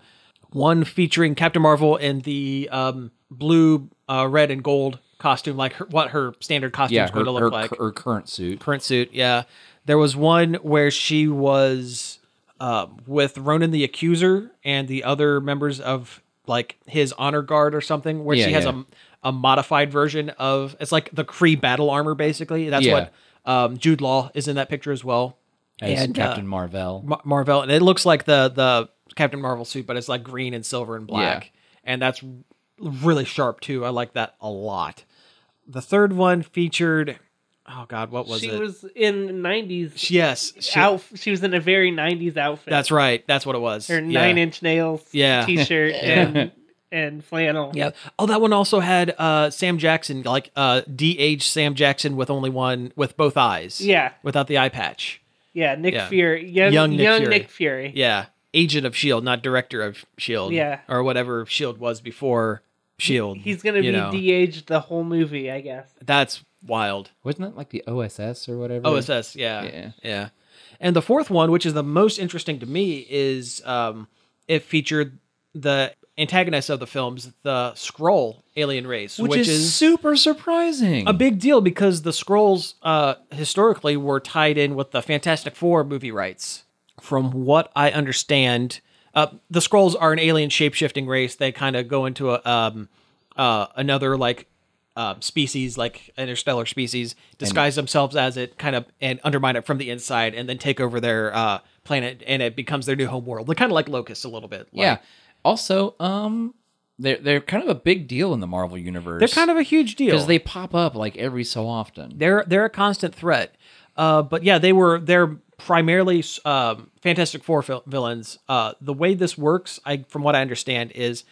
A: One featuring Captain Marvel in the um, blue, uh, red, and gold costume, like her, what her standard costume
C: Yeah,
A: is
C: her,
A: going to look
C: her,
A: like
C: her current suit.
A: print suit. Yeah, there was one where she was um, with Ronan the Accuser and the other members of like his honor guard or something, where
C: Yeah,
A: she has
C: yeah.
A: a a modified version of it's like the Kree battle armor basically. That's
C: Yeah.
A: what um, Jude Law is in that picture as well.
C: As
A: And, uh,
C: Captain Marvel.
A: Ma- Marvel, and it looks like the the Captain Marvel suit, but it's like green and silver and black, and that's really sharp too. I like that a lot. The third one featured, oh god, what was
B: she
A: it?
B: was in 90s
A: yes, she-
B: outf- she was in a very 90s outfit.
A: That's right. That's what it was.
B: Her
A: Yeah.
B: nine inch nails
A: Yeah.
B: t shirt and, and flannel.
A: Yeah. Oh, that one also had uh, Sam Jackson, like uh, DH Sam Jackson with only one, with both eyes.
B: Yeah.
A: Without the eye patch.
B: Yeah. Nick
A: Yeah.
B: Fury. Young,
A: Young
B: young,
A: Nick
B: Nick,
A: Fury.
B: Fury.
A: Yeah. Agent of S.H.I.E.L.D., E not director of S.H.I.E.L.D.
B: Yeah.
A: E Or whatever S.H.I.E.L.D. was before S.H.I.E.L.D.
B: He's going to
A: E you
B: be
A: know.
B: de aged the whole movie, I guess.
A: That's wild.
C: Wasn't that like the OSS or whatever?
A: OSS, yeah,
C: Yeah.
A: yeah. And the fourth one, which is the most interesting to me, is um, it featured the antagonist of the films, the Scroll alien race,
C: Which, is, super surprising.
A: a big deal because the scrolls uh, historically were tied in with the Fantastic Four movie rights. From what I understand, uh, the scrolls are an alien shape shifting race. They kind of go into a um, uh, another like uh, species, like interstellar species, disguise themselves as it, kind of and undermine it from the inside, and then take over their uh, planet, and it becomes their new home world. They're kind of like locusts a little bit. Like,
C: yeah. Also, um, they're they're kind of a big deal in the Marvel universe.
A: they're kind of a huge deal
C: because they pop up like every so often.
A: they're they're a constant threat. Uh, but yeah, they were they're primarily um, Fantastic Four vil- villains. Uh, the way this works, I from what I understand, is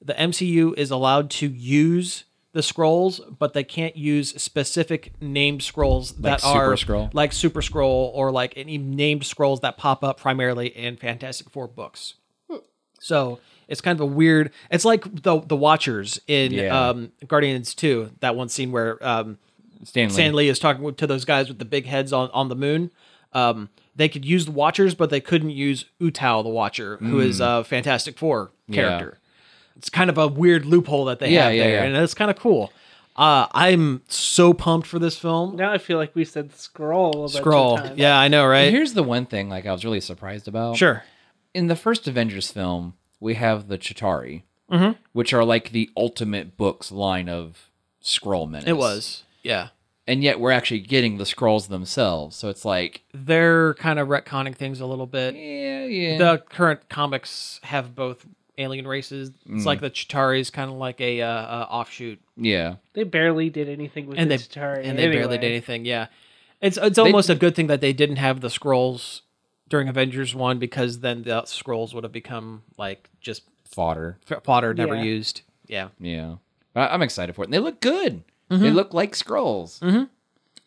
A: the MCU is allowed to use the scrolls, but they can't use specific named scrolls that
C: Super
A: are
C: Skrull?
A: like Super Scroll or like any named scrolls that pop up primarily in Fantastic Four books. So it's kind of a weird. It's like the the Watchers in
C: Yeah.
A: um, Guardians Two. That one scene where um,
C: Stanley.
A: Stan Lee is talking to those guys with the big heads on, on the moon. Um, they could use the Watchers, but they couldn't use Utao the Watcher, who
C: Hmm.
A: is a Fantastic Four character. It's kind of a weird loophole that they
C: Yeah,
A: have
C: yeah,
A: there,
C: yeah.
A: and it's kind of cool. Uh, I'm so pumped for this film.
B: Now I feel like we said scroll. A
A: Scroll,
B: Bunch of times.
A: yeah, I know, right?
C: Here's the one thing like I was really surprised about.
A: sure,
C: in the first Avengers film, we have the Chitari,
A: Mm-hmm.
C: which are like the ultimate books line of scroll menace.
A: it was, yeah.
C: and yet we're actually getting the scrolls themselves. So it's like,
A: They're kind of retconning things a little bit.
C: yeah, yeah,
A: the current comics have both alien races.
C: Hmm.
A: It's like the Chitauri is kind of like a uh, uh, offshoot
C: yeah.
B: They barely did anything with
A: and
B: the
A: they
B: Chitauri
A: and they barely
B: anyway.
A: did anything. Yeah, it's it's almost a good thing that they didn't have the scrolls during Avengers one because then the scrolls would have become like just
C: Fodder.
A: f- fodder never
B: Yeah.
A: used. Yeah,
C: Yeah, but I- I'm excited for it. And they look good.
A: Mm-hmm.
C: They look like scrolls.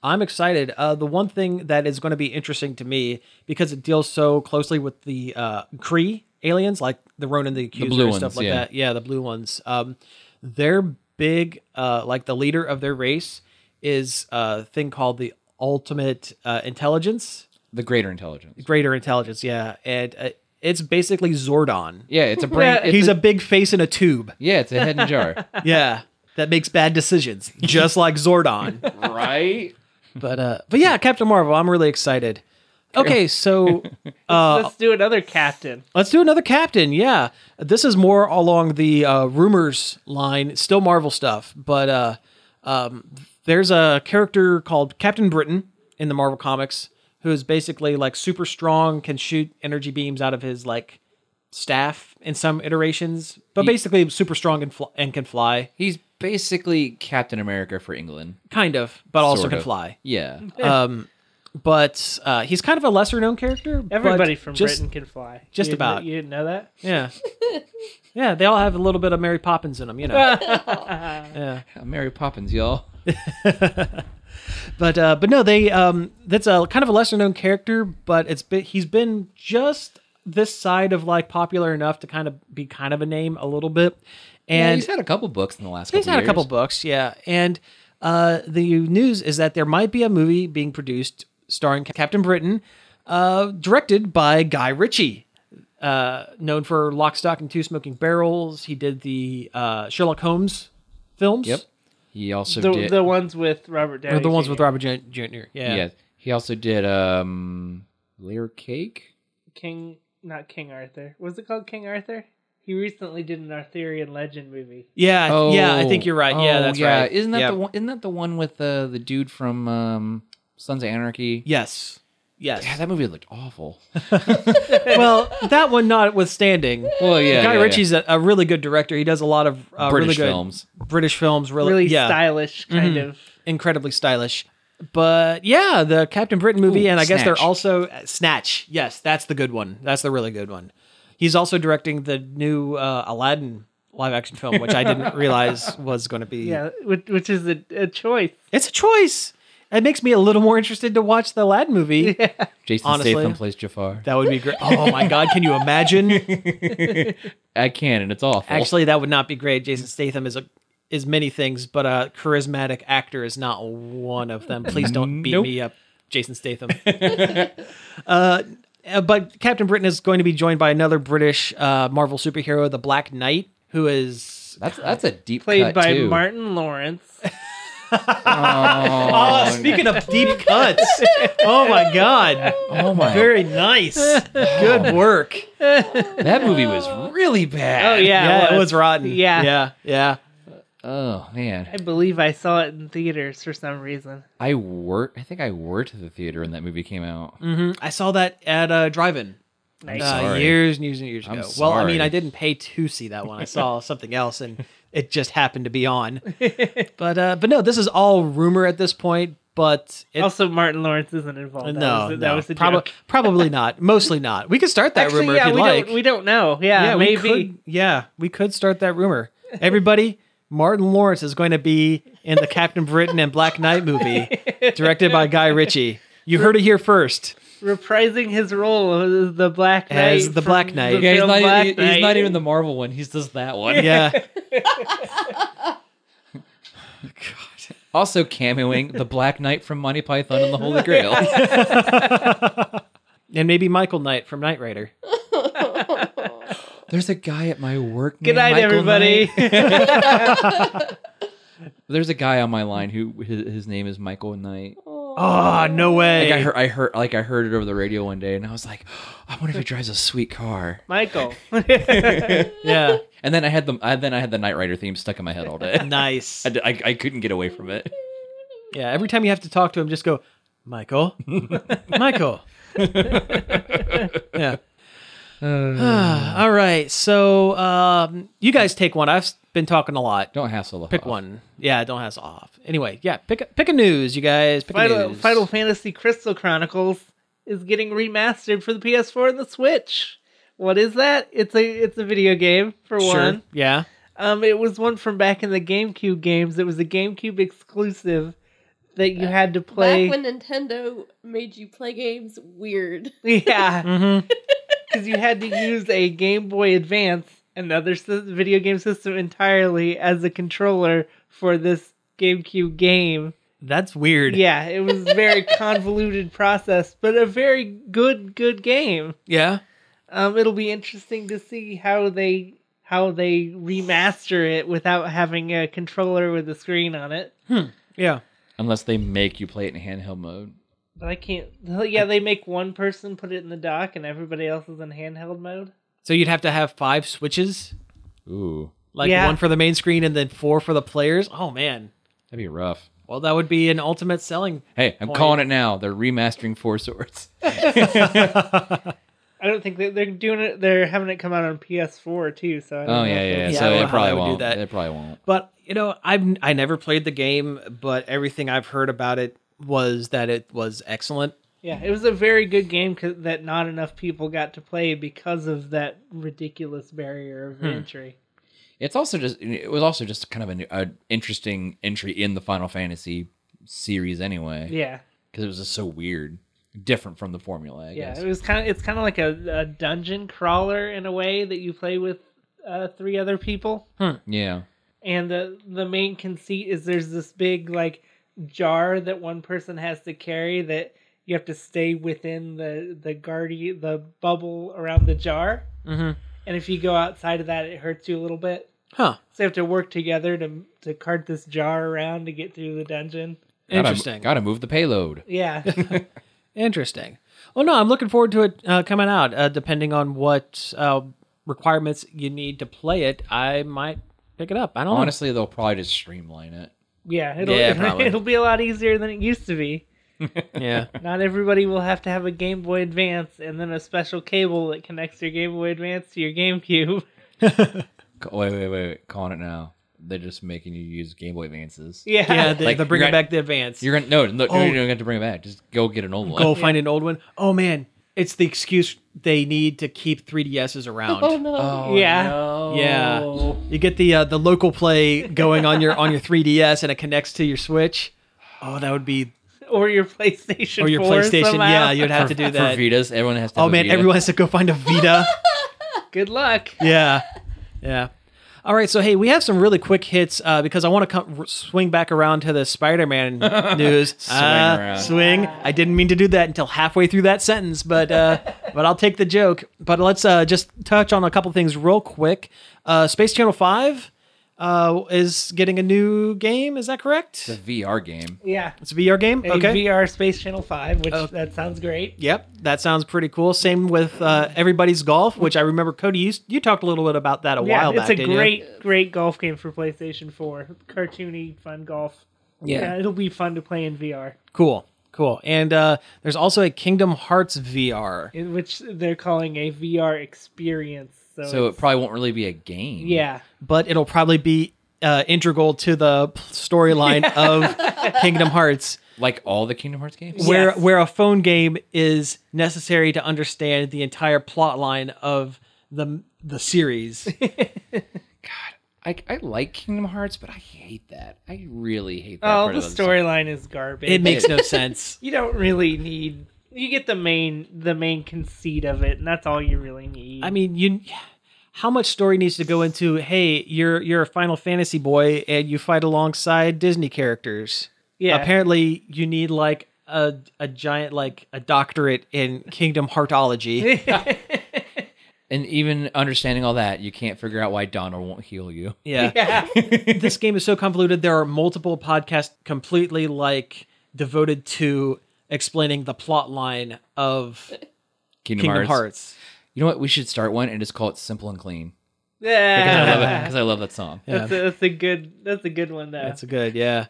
A: I'm excited. Uh, the one thing that is going to be interesting to me because it deals so closely with the uh, Kree aliens, like the Ronin, the Accuser,
C: blue
A: and stuff
C: ones,
A: like
C: yeah.
A: that. Yeah, the blue ones. Um, their big, uh, like the leader of their race, is a thing called the Ultimate uh, Intelligence.
C: The greater intelligence.
A: greater intelligence yeah and uh, it's basically zordon
C: Yeah, it's
A: *laughs*
C: a brain. it's
A: he's a, big face in a
C: *laughs*
A: tube
C: yeah, it's a head and jar,
A: yeah that makes bad
C: *laughs*
A: decisions just like zordon
C: right?
A: but uh but yeah captain marvel i'm really excited okay so uh
B: Let's do another captain.
A: let's do another captain yeah this is more along the uh rumors line still marvel stuff but uh um there's a character called captain britain in the marvel comics who is basically like super strong can shoot energy beams out of his like staff in some iterations, but basically super strong and, fl- and can fly,
C: He's basically Captain America for England.
A: kind of, but also
C: sort
A: can
C: of.
A: fly.
C: Yeah,
A: But uh, he's kind of a lesser known character. but
B: Everybody from
A: just,
B: Britain can fly.
A: just
B: You didn't-
A: about.
B: You didn't know that?
A: Yeah. *laughs* yeah, they all have a little bit of Mary Poppins in them, you know.
C: Mary Poppins, y'all.
A: but uh, but no, they um, that's a kind of a lesser known character, but it's been, he's been just this side of like popular enough to kind of be kind of a name a little bit.
C: And
A: And
C: he's had a couple books in the last.
A: He's
C: couple
A: had a couple
C: years.
A: books, yeah. And uh, the news is that there might be a movie being produced starring Captain Britain, uh, directed by Guy Ritchie, uh, known for Lock, Stock, and Two Smoking Barrels. He did the uh, Sherlock Holmes films.
C: Yep. He also
B: The,
C: did
B: the ones with Robert Downey.
A: Or the ones with
B: Jr.
A: Robert Jun- Jr. Yeah.
C: Yeah. He also did um layer cake.
B: King, not King Arthur. Was it called King Arthur? He recently did an Arthurian legend movie.
A: Yeah. I- yeah. I think you're right. yeah.
C: Oh,
A: That's right.
C: Isn't that
A: Yep.
C: the one isn't that the one with uh, the dude from um Sons of Anarchy?
A: Yes.
C: *laughs*
A: Yes.
C: Yeah, that movie looked
A: *laughs*
C: awful.
A: well, that one notwithstanding,
C: Well,
A: Guy
C: yeah. yeah, yeah.
A: Ritchie's a, a really good director. He does a lot of uh, really
C: British
A: good
C: films.
A: British films. Really,
B: Really
A: yeah. Mm-hmm.
B: stylish, kind of.
A: incredibly stylish. But yeah, the Captain Britain movie,
C: Ooh,
A: and I guess they're
C: Snatch.
A: also uh, Snatch. Yes, that's the good one. That's the really good one. He's also directing the new uh, Aladdin live action film, which I *laughs* didn't realize was going to be.
B: Yeah, which, which is a, a choice.
A: It's a choice. It makes me a little more interested to watch the Aladdin *laughs* movie.
C: Jason
A: honestly.
C: Statham plays Jafar.
A: That would be great. Oh my God, can you *laughs* imagine?
C: I can, and it's awful.
A: Actually, that would not be great. Jason Statham is a is many things, but a charismatic actor is not one of them. Please don't beat
C: Nope.
A: me up, Jason Statham. *laughs* uh, uh, but Captain Britain is going to be joined by another British uh, Marvel superhero, the Black Knight, who is
C: That's that's a deep
B: Played
C: cut,
B: by
C: too.
B: Martin Lawrence.
A: *laughs*
C: Oh,
A: Oh, speaking of deep *laughs* cuts. Oh my god.
C: oh my!
A: Very nice. Good work.
C: that movie was really
B: Oh
C: bad.
B: yeah,
A: Yeah, it was rotten.
B: Yeah.
A: Yeah. Yeah.
C: Oh man,
B: I believe I saw it in theaters for some reason.
C: I work. I think I worked at the theater when that movie came out.
B: Mm.
A: hmm I saw that at uh, Drive-In.
B: Nice.
A: Uh,
C: sorry.
A: years and years and years
C: I'm
A: ago. Well, I mean,
C: sorry.
A: I didn't pay to see that one. I
B: *laughs*
A: saw something else, and it just happened to be on. But uh, but no, this is all rumor at this point. But it,
B: also, Martin Lawrence isn't involved.
A: no,
B: Oh, that
A: no,
B: was, the- that was the
A: prob-
B: joke. *laughs*
A: probably not. Mostly not. We could start that
B: Actually,
A: rumor
B: yeah,
A: if you'd
B: we
A: like.
B: don't we don't know. Yeah,
A: yeah,
B: maybe.
A: We could, yeah, we could start that rumor. Everybody, Martin Lawrence is going to be in the Captain Britain and Black Knight movie, directed by Guy Ritchie. You heard it here first.
B: reprising his role as the Black Knight.
A: As the
B: from
A: Black Knight.
B: the film
C: e-
B: Black Knight.
C: the Marvel one. He's just that one.
A: Yeah.
C: Also cameoing the Black Knight from Monty Python and
B: *laughs*
C: the Holy Grail.
A: and maybe Michael Knight from Knight
B: *laughs*
A: Rider.
C: There's a guy at my work.
B: Good
C: named
B: night,
C: Michael
B: everybody.
C: Knight.
B: *laughs*
C: *laughs* There's a guy on my line who his, his name is Michael Knight.
A: Oh, no way.
C: Like I heard, I heard, like I heard it over the radio one day, and I was like, *gasps* I wonder if he drives a sweet car.
B: Michael.
A: yeah.
B: *laughs*
C: And then I had the, I, then I had the Knight Rider theme stuck in my head all day. *laughs*
A: Nice.
C: I, d- I- I couldn't get away from it.
A: Yeah. Every time you have to talk to him, just go,
B: *laughs*
A: Michael, Michael. yeah. *sighs* All right. So um, you guys take one. I've s- been talking a lot.
C: Don't hassle. the
A: Pick
C: Hoff.
A: one. Yeah. Don't hassle off. Anyway. Yeah. Pick a, pick a news, you guys. Pick a
B: Final,
A: news.
B: Final Fantasy Crystal Chronicles is getting remastered for the PS4 and the Switch. What is that? It's a it's a video game for
A: Sure.
B: one.
A: Yeah.
B: Um, it was one from back in the GameCube games. It was a GameCube exclusive that you had to play.
D: Back when Nintendo made you play games weird.
B: *laughs* yeah.
A: Mm-hmm.
B: because you had to use a Game Boy Advance, another sy- video game system entirely, as a controller for this GameCube game.
A: That's weird.
B: Yeah, it was a
D: *laughs*
B: very convoluted process, but a very good, good game.
A: Yeah.
B: Um, it'll be interesting to see how they how they remaster it without having a controller with a screen on it.
A: Yeah.
C: Unless they make you play it in handheld mode.
B: But I can't. Yeah, they make one person put it in the dock, and everybody else is in handheld mode.
A: So you'd have to have five switches,
C: Ooh,
A: like
B: Yeah.
A: one for the main screen and then four for the players. Oh man.
C: that'd be rough.
A: Well, that would be an ultimate selling.
C: Hey, I'm
A: Point. Oh,
C: calling it now. They're remastering
A: *laughs*
C: Four Swords.
B: I don't think they, they're doing it. They're having it come out on PS4 too. So I don't
C: Oh yeah,
B: know if
C: yeah.
A: Yeah, I
C: so
A: don't know
C: it
A: how
C: probably
A: they would do
C: won't.
A: that.
C: It probably won't.
A: But you know, I've I never played the game, but everything I've heard about it was that it was excellent.
B: Yeah, it was a very good game 'cause- that not enough people got to play because of that ridiculous barrier
C: Hmm.
B: of entry.
C: It's also just. It was also just kind of an a interesting entry in the Final Fantasy series anyway,
B: Yeah,
C: because it was just so weird, different from the formula. I
B: yeah.
C: guess.
B: It was kind of it's kind of like a, a dungeon crawler in a way that you play with uh, three other people.
C: yeah.
B: And the the main conceit is there's this big like jar that one person has to carry that you have to stay within the the guardian the bubble around the jar.
A: Mm-hmm.
B: and if you go outside of that, it hurts you a little bit.
A: Huh.
B: So you have to work together to to cart this jar around to get through the dungeon.
A: Interesting.
C: Gotta, gotta move the payload.
B: Yeah, *laughs*
A: Interesting. Well, no, I'm looking forward to it uh, coming out. Uh, depending on what uh, requirements you need to play it, I might pick it up. I don't know.
C: Honestly, they'll probably just streamline it.
B: yeah, it'll *laughs*
A: Yeah,
B: it'll,
A: probably.
B: be a lot easier than it used to be.
A: Yeah.
B: Not everybody will have to have a Game Boy Advance and then a special cable that connects your Game Boy Advance to your GameCube. *laughs*
C: Ca- Wait, wait, wait, wait. Calling it now. They're just making you use Game Boy Advances.
B: Yeah,
A: *laughs* Yeah. The,
C: Like,
A: the bringing
C: you're-
A: back the advance.
C: You're gonna no, no,
A: Oh.
C: no you don't have to bring it back. Just go get an old one.
A: Go find an old one. Oh man, it's the excuse they need to keep 3DSs around.
C: *laughs*
D: Oh
A: *laughs*
D: no.
B: Yeah.
C: no.
A: Yeah. You get the uh, the local play going on your on your 3DS and it connects to your Switch. Oh, that would be
B: *laughs* or your PlayStation
A: or Oh, your
B: 4
A: PlayStation.
B: somehow.
A: Yeah, you'd
B: *laughs*
A: have to do
C: For
A: that.
C: Vitas, everyone has to.
A: Oh
C: have a
A: man,
C: Vita.
A: everyone has to go find a Vita.
B: Good luck.
A: yeah, yeah. All right, so hey, we have some really quick hits uh, because I want to come, r- swing back around to the
B: *laughs*
A: Spider-Man news.
C: Swing
A: Ah,
C: around.
A: swing. I didn't mean to do that until halfway through that sentence, but
B: *laughs*
A: uh, but I'll take the joke. But let's uh, just touch on a couple things real quick. Uh, Space Channel Five uh, is getting a new game. Is that correct?
C: The VR game.
B: Yeah.
A: It's a VR game.
B: A
A: okay. Oh.
B: VR Space Channel 5, which that sounds great.
A: Yep, that sounds pretty cool. Same with uh, everybody's golf, which I remember Cody. You you talked a little bit about that a
B: yeah,
A: while
B: it's
A: back.
B: a
A: didn't you?
B: great, great golf game for PlayStation 4. Cartoony, fun golf.
A: Yeah.
B: It'll be fun to play in VR,
A: Cool, cool. And uh, there's also a Kingdom Hearts VR.
B: in which they're calling a VR experience. So,
C: So it
B: it's-
C: probably won't really be a game.
B: yeah.
A: but it'll probably be uh, integral to the p- storyline
B: *laughs*
A: of Kingdom Hearts,
C: Like all the Kingdom Hearts games?
A: where
B: Yes.
A: where a phone game is necessary to understand the entire plot line of the the series.
C: I, I like Kingdom Hearts, but I hate that. I really hate that.
B: Oh,
C: part
B: the
C: of
B: storyline is garbage.
A: it
B: *laughs*
A: makes no sense.
B: you don't really need. You get the main, the main conceit of it, and that's all you really need.
A: I mean, you how much story needs to go into? Hey, you're you're a Final Fantasy boy, and you fight alongside Disney characters.
B: yeah,
A: Apparently, you need like a a giant like a doctorate in Kingdom Heartology.
C: And even understanding all that, you can't figure out why Donald won't heal you. *laughs*
A: Yeah.
B: yeah.
A: this game is so convoluted. There are multiple podcasts completely like devoted to explaining the plot line of
C: Kingdom,
A: Kingdom
C: Hearts.
A: Hearts.
C: You know what? We should start one and just call it Simple
A: *laughs*
C: and Clean. Because I love
B: *laughs*
C: it.
B: Yeah.
C: Because I love that song.
B: That's, a, that's a good. That's a good one though.
A: That's a good, yeah.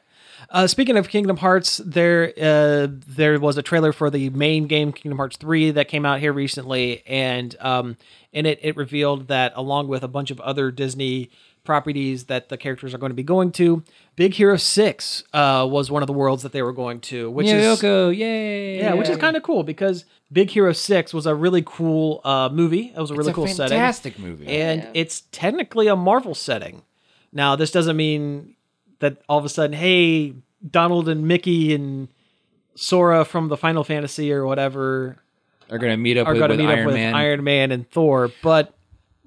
A: Uh, speaking of Kingdom Hearts, there uh, there was a trailer for the main game Kingdom Hearts three that came out here recently, and um, in it it revealed that along with a bunch of other Disney properties that the characters are going to be going to, Big Hero six uh, was one of the worlds that they were going to, which is
C: Yoko, yay.
A: yeah, which is kind of cool because Big Hero Six was a really cool uh, movie. It was a really
C: it's
A: cool
C: a
A: setting
C: fantastic movie.
A: and
D: Yeah.
A: it's technically a Marvel setting. Now, this doesn't mean that all of a sudden, hey, Donald and Mickey and Sora from the Final Fantasy or whatever
C: are going to meet up
A: are
C: with,
A: going to
C: with
A: meet
C: Iron
A: up with
C: Man.
A: Iron Man and Thor, but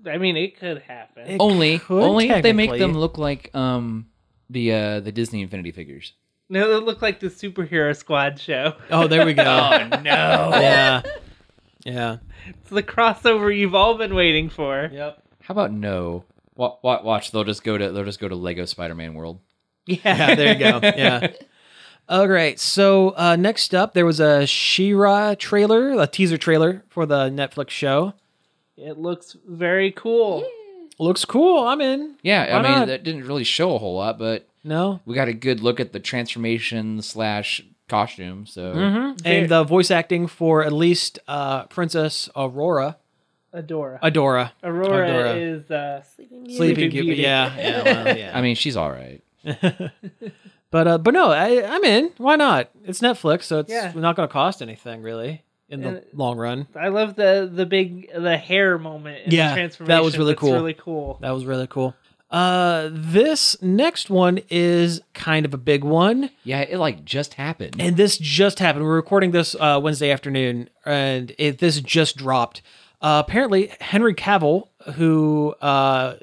B: I mean, it could happen.
A: it
C: only,
A: could
C: only if they make
A: technically-
C: them look like um the uh the Disney Infinity figures.
B: no, it looked like the superhero squad show.
A: Oh, there we go.
C: no!
A: *laughs* yeah, yeah.
B: It's the crossover you've all been waiting for.
A: Yep.
C: How about no? Watch, watch, they'll just go to they'll just go to Lego Spider-Man World.
A: Yeah, there you go. Yeah. All right. So uh, next up, there was a Shira trailer, a teaser trailer for the Netflix show.
B: It looks very cool.
A: Looks cool. I'm in.
C: Yeah,
A: Why
C: I mean
A: not?
C: that didn't really show a whole lot, but
A: No,
C: we got a good look at the transformation slash costume. So
A: and the voice acting for at least uh, Princess Aurora,
B: Adora.
A: Adora,
B: Aurora,
A: Adora.
B: is uh
D: Sleeping
A: Sleeping
B: Sleeping
A: Beauty.
B: Beauty.
A: Yeah, yeah, well, yeah.
C: I mean, she's all right.
A: *laughs* but uh, but no, I, I'm in. Why not? It's Netflix, so it's
B: Yeah.
A: not going to cost anything really in the
B: And-
A: long run.
B: I love the the big the hair moment in
A: Yeah, that
B: the
A: was
B: transformation.
A: really
B: That's
A: cool.
B: really cool.
A: That was really cool. Uh, this next one is kind of a big one,
C: Yeah, it like just happened.
A: and this just happened. We're recording this uh, Wednesday afternoon, and it, this just dropped. Uh, apparently, Henry Cavill, who uh,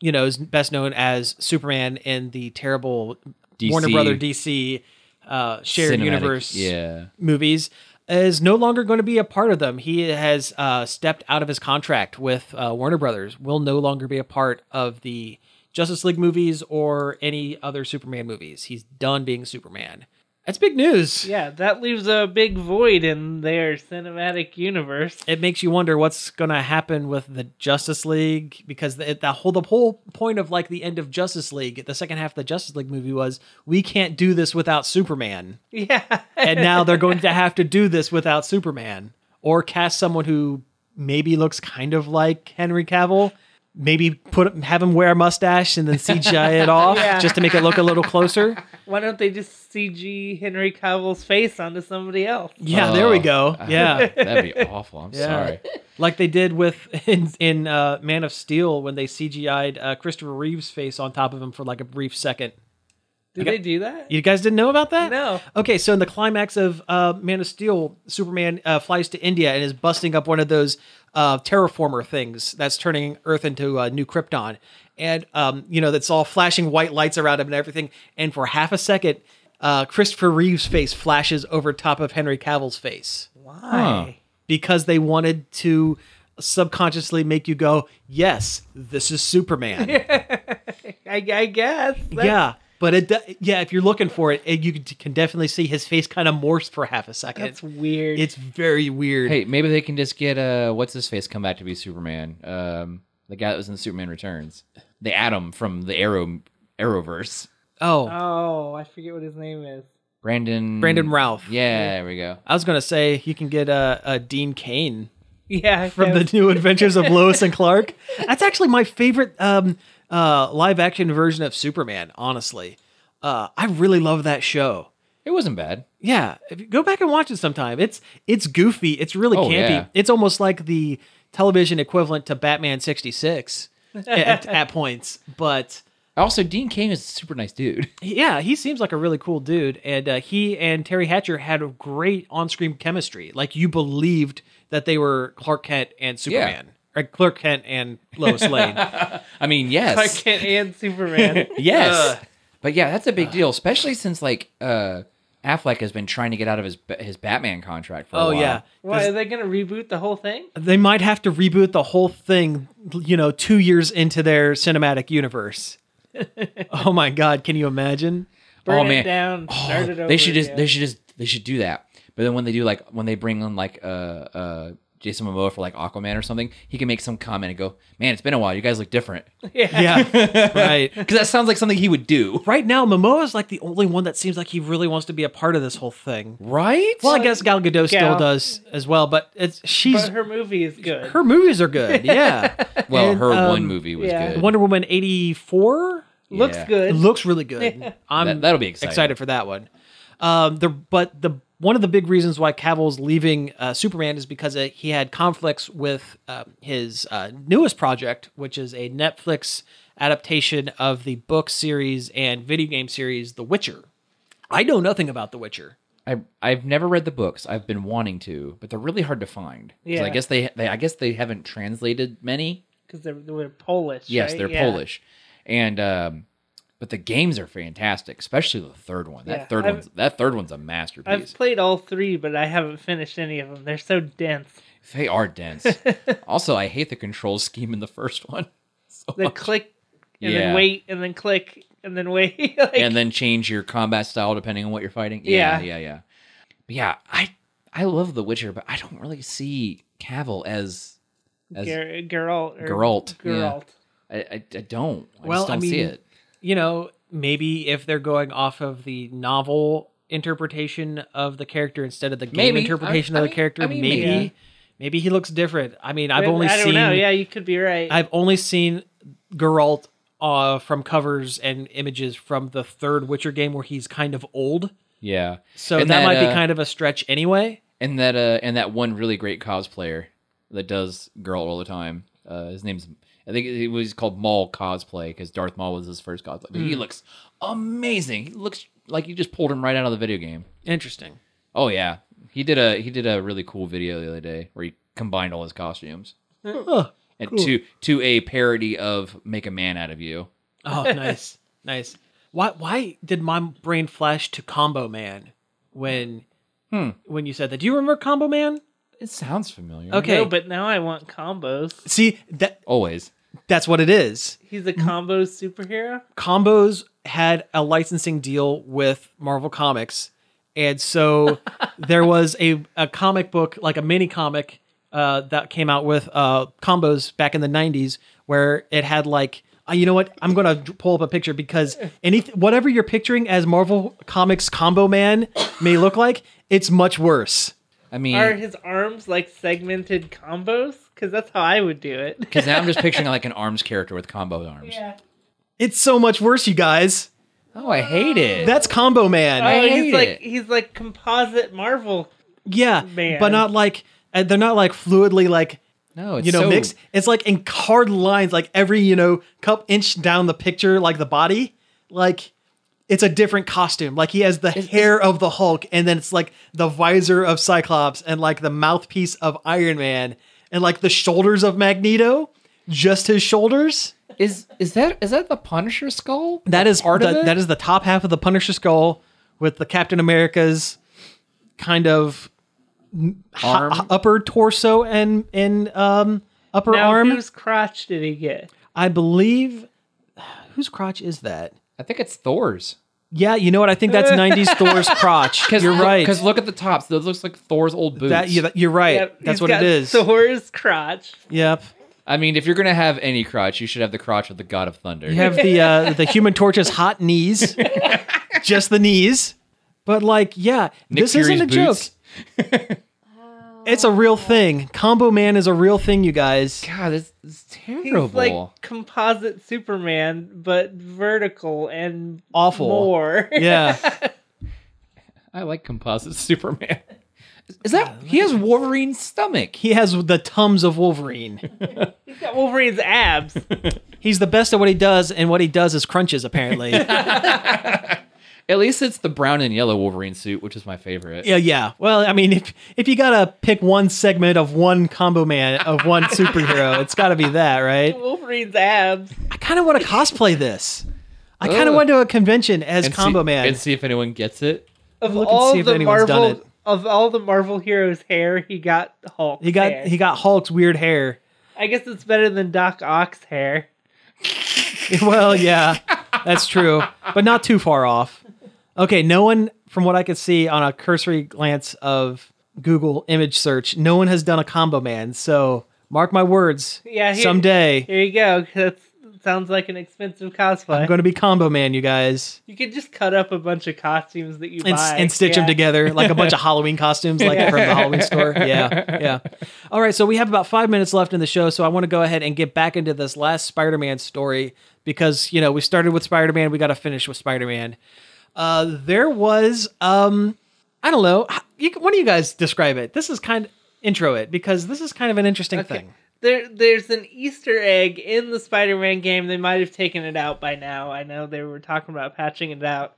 A: you know is best known as Superman in the terrible
C: DC
A: Warner Brother DC uh, shared
C: cinematic-
A: universe
C: Yeah,
A: movies, is no longer going to be a part of them. He has uh, stepped out of his contract with uh, Warner Brothers. Will no longer be a part of the Justice League movies or any other Superman movies. He's done being Superman. That's big news.
B: Yeah, that leaves a big void in their cinematic universe.
A: It makes you wonder what's going to happen with the Justice League because the, the whole the whole point of like the end of Justice League, the second half of the Justice League movie was we can't do this without Superman.
B: Yeah. *laughs*
A: and now they're going to have to do this without Superman or cast someone who maybe looks kind of like Henry Cavill. Maybe put have him wear a mustache and then CGI it off
B: Yeah.
A: just to make it look a little closer.
B: Why don't they just CG Henry Cavill's face onto somebody else?
A: Yeah, there we
C: Oh.
A: go. Yeah,
C: that'd be awful. I'm
A: *laughs* Yeah.
C: sorry.
A: like they did with in in uh, Man of Steel when they CGI'd uh, Christopher Reeve's face on top of him for like a brief second.
B: Did they do that?
A: You guys didn't know about that?
B: No.
A: Okay, so in the climax of uh, Man of Steel, Superman uh, flies to India and is busting up one of those uh, terraformer things that's turning Earth into a new Krypton. And, um, you know, that's all flashing white lights around him and everything. And for half a second, uh, Christopher Reeve's face flashes over top of Henry Cavill's face
B: Why?
A: because they wanted to subconsciously make you go, yes, this is Superman.
B: I, I guess. That-
A: yeah. But it, de- yeah, if you're looking for it, it, you can- can definitely see his face kind of morphs for half a second.
B: That's weird.
A: It's very weird.
C: Hey, maybe they can just get uh, what's his face come back to be Superman. Um, the guy that was in Superman Returns, the Atom from the Arrow Arrowverse,
A: Oh,
B: oh, I forget what his name is.
C: Brandon
A: Brandon Routh.
C: Mm, Yeah, there we go.
A: I was gonna say you can get a, uh Dean Kane
B: Yeah. I
A: from the
B: guess.
A: New Adventures of Lois and
B: *laughs*
A: Clark. That's actually my favorite um, uh, live action version of Superman. Honestly, uh, I really love that show.
C: It wasn't bad.
A: Yeah, if you go back and watch it sometime. It's it's goofy. It's really
C: Oh,
A: campy.
C: yeah.
A: It's almost like the television equivalent to Batman sixty six
C: *laughs*
A: at, at points, but.
C: Also, Dean Kane is a super nice dude. *laughs*
A: yeah, he seems like a really cool dude, and uh, he and Terry Hatcher had a great on-screen chemistry. Like you believed that they were Clark Kent and Superman, or Clark Kent and
C: *laughs*
A: Lois Lane.
C: I mean, yes,
B: *laughs* I
A: uh,
B: can't and Superman.
C: *laughs* yes.
A: Ugh.
C: but yeah, that's a big deal, especially since like uh, Affleck has been trying to get out of his ba- his Batman contract for a
A: oh
C: while.
A: yeah,
B: Why are they gonna reboot the whole thing?
C: Oh,
A: they might have to reboot the whole thing. You know, two years into their cinematic
C: *laughs*
A: universe. oh my God, can you imagine?
B: Burn
C: oh
B: it
C: man,
B: down. Start it over.
C: they should just
B: again.
C: they should just they should do that. But then when they do like when they bring on like uh uh Jason Momoa for like Aquaman or something, he can make some comment and go, "Man, it's been a while. You guys
B: *laughs*
C: look different."
A: *laughs* Yeah, right.
C: Because that sounds like something he would do,
A: Right now, Momoa's like the only one that seems like he really wants to be a part of this whole thing.
C: right?
A: Well, I guess Gal Gadot still
B: Gal.
A: does as well, but it's she's
B: But her movie is good.
A: her movies are good. Yeah.
B: *laughs*
C: Well,
A: And,
C: her
A: um,
C: one movie was
B: yeah.
C: good.
A: Wonder Woman 84
B: Looks
C: Yeah.
A: it
B: good.
A: looks really good. I'm
C: That- that'll be exciting.
A: excited for that one. Um, the but the one of the big reasons why Cavill's leaving uh, Superman is because uh, he had conflicts with uh, his uh, newest project, which is a Netflix adaptation of the book series and video game series The Witcher. I know nothing about The Witcher.
C: I I've never read the books. I've been wanting to, but they're really hard to find. 'Cause
B: Yeah.
C: I guess they, they I guess they haven't translated many.
B: because they're, they're Polish.
C: Yes,
B: right?
C: they're
B: Yeah.
C: Polish, and um, but the games are fantastic, especially the third one. That
B: Yeah.
C: 3rd
B: I've-
C: one's that third one's a masterpiece.
B: I've played all three, but I haven't finished any of them. They're so dense.
C: They
A: *laughs*
C: are dense. also, I hate the control scheme in the first *laughs* one. So
B: The
C: much.
B: click and
C: Yeah.
B: then wait and then click and then wait. *laughs* like,
C: and then change your combat style depending on what you're fighting. Yeah, yeah,
B: Yeah.
C: yeah. But yeah, I I love The Witcher, but I don't really see Cavill as as
B: Ger- Geralt. Or
C: Geralt, yeah.
B: Geralt.
C: I, I, I don't. I
A: Well,
C: just don't
A: I
C: see
A: mean-
C: it.
A: you know, maybe if they're going off of the novel interpretation of the character instead of the game
C: Maybe.
A: interpretation
C: I-
A: of
C: I
A: the
C: mean-
A: character,
C: I mean,
A: maybe
B: yeah.
A: maybe he looks different. I mean, I've
B: But
A: only
B: I don't
A: seen
B: know. Yeah, you could be right.
A: I've only seen Geralt uh, from covers and images from the third Witcher game where he's kind of old.
C: Yeah,
A: So that,
C: And that,
A: might be
C: uh,
A: kind of a stretch anyway.
C: and that uh and that one really great cosplayer that does Geralt all the time. Uh, his name's I think it was called Maul cosplay because Darth Maul was his first cosplay. But
A: Hmm.
C: He looks amazing. He looks like you just pulled him right out of the video game.
A: Interesting.
C: Oh yeah, he did a he did a really cool video the other day where he combined all his costumes
A: Huh.
C: and to to a parody of "Make a Man Out of You." *laughs*
A: Oh, nice, nice. Why? Why did my brain flash to Combo Man when
C: Hmm.
A: when you said that? Do you remember Combo Man?
C: It sounds familiar.
A: Okay,
B: No, but now I want combos.
A: See that
C: always.
A: that's what it is.
B: He's a combo superhero.
A: Combos had a licensing deal with Marvel Comics, and so there was a, a comic book, like a mini comic, uh, that came out with uh, combos back in the '90s, where it had like, uh, you know what? I'm gonna d- pull up a picture because any whatever you're picturing as Marvel Comics Combo Man may look like, it's much worse.
C: I mean,
B: Are
C: *laughs*
B: his arms like segmented combos? Because that's how I would do
C: *laughs*
B: it.
C: because now I'm just picturing like an arms character with combo arms.
A: It's so much worse, you guys.
C: Oh, I hate it.
A: That's Combo Man.
B: *laughs* Oh,
C: hate
B: he's like
C: it.
B: he's like composite Marvel.
A: Yeah,
B: Man.
A: but not like uh, they're not like fluidly like
C: no, it's
A: you know
C: so-
A: mixed. It's like in hard lines, like every you know cup inch down the picture, like the body, like it's a different costume. Like he has the hair of the Hulk, and then it's like the visor of Cyclops, and like the mouthpiece of Iron Man, and like the shoulders of Magneto, just his shoulders.
C: Is is that is that the Punisher skull?
A: That is
C: part
A: the,
C: of it.
A: That is the top half of the Punisher skull with the Captain America's kind of
C: arm.
A: h- upper torso and and um upper
B: Now,
A: arm.
B: whose crotch did he get?
A: I believe whose crotch is that?
C: I think it's Thor's.
A: Yeah, you know what? I think that's '90s Thor's
C: *laughs*
A: crotch. You're right.
C: Because look at the tops; those looks like Thor's old boots.
A: That, yeah, that- you're right.
B: Yep,
A: that's
B: he's
A: what it
B: got
A: is.
B: Thor's crotch.
A: Yep.
C: I mean, if you're gonna have any crotch, you should have the crotch of the God of Thunder.
A: You have the uh, the Human Torch's hot
B: *laughs*
A: knees, just the knees. But like, yeah,
C: Nick
A: this
C: Fury's
A: isn't a
C: boots.
A: joke. It's a real thing. Combo Man is a real thing, you
B: *laughs*
A: guys.
C: God, this is
B: He's
C: terrible.
B: like composite Superman, but vertical and
A: Awful.
B: more. *laughs*
A: Yeah.
C: I like composite *laughs* Superman. Is that he has Wolverine's stomach?
A: He has the tums of Wolverine.
B: He's got
A: *laughs*
B: Wolverine's abs.
A: He's the best at what he does, and what he does is crunches, apparently. yeah,
C: At least it's the brown and yellow Wolverine suit, which is my favorite.
A: yeah. Well, I mean, if if you gotta pick one segment of one combo man of
C: *laughs*
A: one superhero, it's gotta be that, right?
B: Wolverine's abs.
A: I kinda wanna cosplay this. I kinda
C: Ugh.
A: went to a convention as
C: And see-
A: combo man.
C: and see if anyone gets it.
B: Of
A: Look and
B: all
A: see if
B: the
A: anyone's done
B: Marvel
A: it.
B: of all the Marvel heroes' hair, he got Hulk.
A: He got
B: hair.
A: he got Hulk's weird hair. *laughs*
B: I guess it's better than Doc Ock's hair.
A: well, yeah, that's true, but not too far off. Okay, no one, from what I could see on a cursory glance of Google image search, no one has done a combo man. So mark my words.
B: Yeah, here-
A: someday
B: Here you go. That sounds like an expensive cosplay.
A: I'm going to be combo man, you guys,
B: you could just cut up a bunch of costumes that you
A: and,
B: buy
A: and stitch them
B: Yeah.
A: together like a
B: *laughs*
A: bunch of Halloween costumes, like from the Halloween store. Yeah, yeah. All right, so we have about five minutes left in the show, so I want to go ahead and get back into this last Spider-Man story because you know we started with Spider-Man, we got to finish with Spider-Man. Uh, there was um I don't know. h- You, can- what do you guys describe it? This is kind of intro it because this is kind of an interesting thing.
B: There, there's an Easter egg in the Spider-Man game. They might have taken it out by now. I know they were talking about patching it out,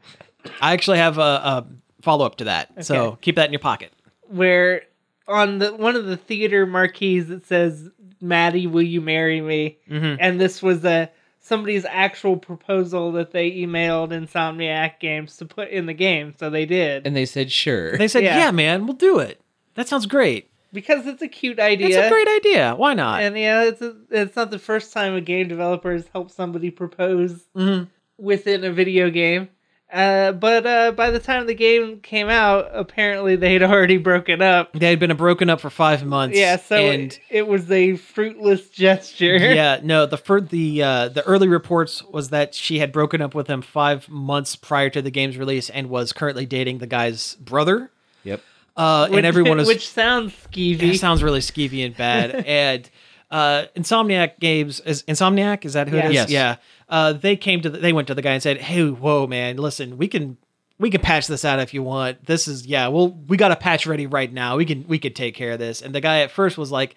A: I actually have a, a follow up to that, so
B: Okay.
A: keep that in your pocket.
B: where on the one of the theater marquees it says, "Maddie, will you marry me?"
A: Mhm.
B: And this was a somebody's actual proposal that they emailed Insomniac Games to put in the game. So they did
C: And they said, sure.
A: They said, yeah.
B: Yeah.
A: man, we'll do it. That sounds great.
B: because it's a cute
A: It's
B: idea.
A: a great idea. Why not?"
B: and yeah, it's a, it's not the first time a game developer has helped somebody propose
A: Mhm.
B: within a video game. Uh, but uh, by the time the game came out, apparently they had already broken up.
A: They had been broken up for five months.
B: Yeah, so
A: and
B: *laughs* it, it was a fruitless gesture.
A: yeah, no. The fir- the uh, the early reports was that she had broken up with him five months prior to the game's release and was currently dating the guy's brother.
C: Yep.
A: Uh,
B: which,
A: and
B: *laughs*
A: everyone was
B: which sounds
A: That
B: skeevy.
A: sounds really skeevy and bad. and uh, Insomniac Games is Insomniac. Is that who it is?
C: Yes. Yes.
A: Yeah. Uh, they came to the, they went to the guy and said, "Hey, whoa, man, listen, we can we can patch this out if you want. This is yeah, well, we got a patch ready right now. We can we can take care of this." And the guy at first was like.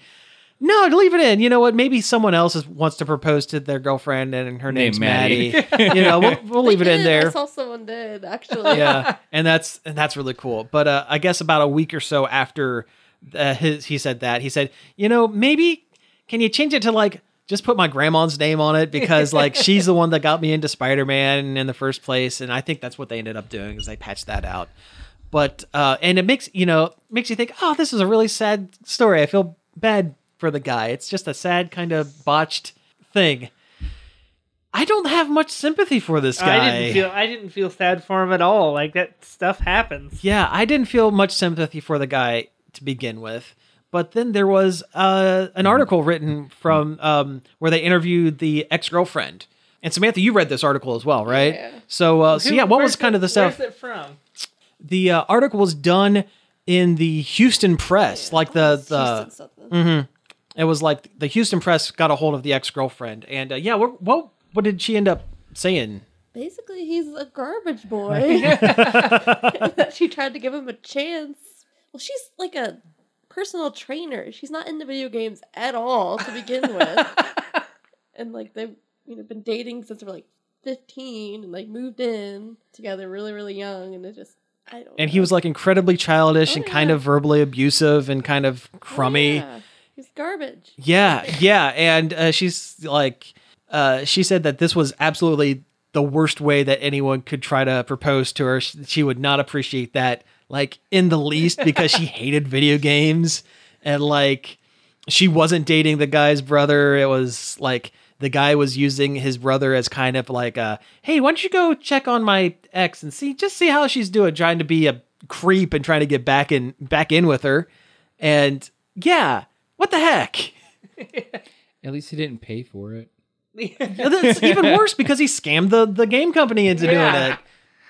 A: No, leave it in. You know what? Maybe someone else is, wants to propose to their girlfriend, and her
C: Name
A: name's
C: Maddie."
A: Maddie. you know, we'll, we'll leave it
D: They
A: in
D: did. I *laughs*
A: there
D: saw someone did actually.
A: yeah, and that's and that's really cool. But uh, I guess about a week or so after uh, his, he said that, he said, you know, maybe can you change it to like just put my grandma's name on it because
B: *laughs*
A: like she's the one that got me into Spider Man in the first place, and I think that's what they ended up doing is they patched that out. But uh, and it makes you know makes you think, oh, this is a really sad story. I feel bad for the guy. It's just a sad kind of botched thing. I don't have much sympathy for this guy.
B: I didn't feel I didn't feel sad for him at all. Like that stuff happens.
A: Yeah, I didn't feel much sympathy for the guy to begin with. But then there was uh, an article written from um, where they interviewed the ex girlfriend. And Samantha, you read this article as well, right?
D: Yeah.
A: So, uh, so
B: Who-
A: yeah, what was
B: where's
A: kind
B: it-
A: of the stuff?
B: Where's it from? *laughs*
A: The uh, article was done in the Houston Press, like the
D: It's
A: the
D: Houston something.
A: it was like the Houston Press got a hold of the ex girlfriend, and uh, yeah, what, what what did she end up saying?
D: Basically, he's a garbage boy.
A: *laughs*
D: That *laughs* she tried to give him a chance. Well, she's like a personal trainer. She's not into video games
A: *laughs*
D: at all to begin with. and like they've you know been dating since they were like 15 and like moved in together really, really young. And it just, I don't
A: And he was like incredibly childish and
D: Oh,
A: kind
D: yeah.
A: of verbally abusive and kind of crummy.
D: Yeah. He's garbage.
A: Yeah, yeah, and uh, she's like, uh, she said that this was absolutely the worst way that anyone could try to propose to her. She she would not appreciate that, like in the least, because she hated video games and like she wasn't dating the guy's brother. It was like the guy was using his brother as kind of like a, hey, why don't you go check on my ex and see just see how she's doing, trying to be a creep and trying to get back in back in with her, and yeah. What the heck?
C: At least he didn't pay for it.
A: Yeah,
B: *laughs*
A: That's even worse because he scammed the, the game company into doing
B: Yeah.
A: it.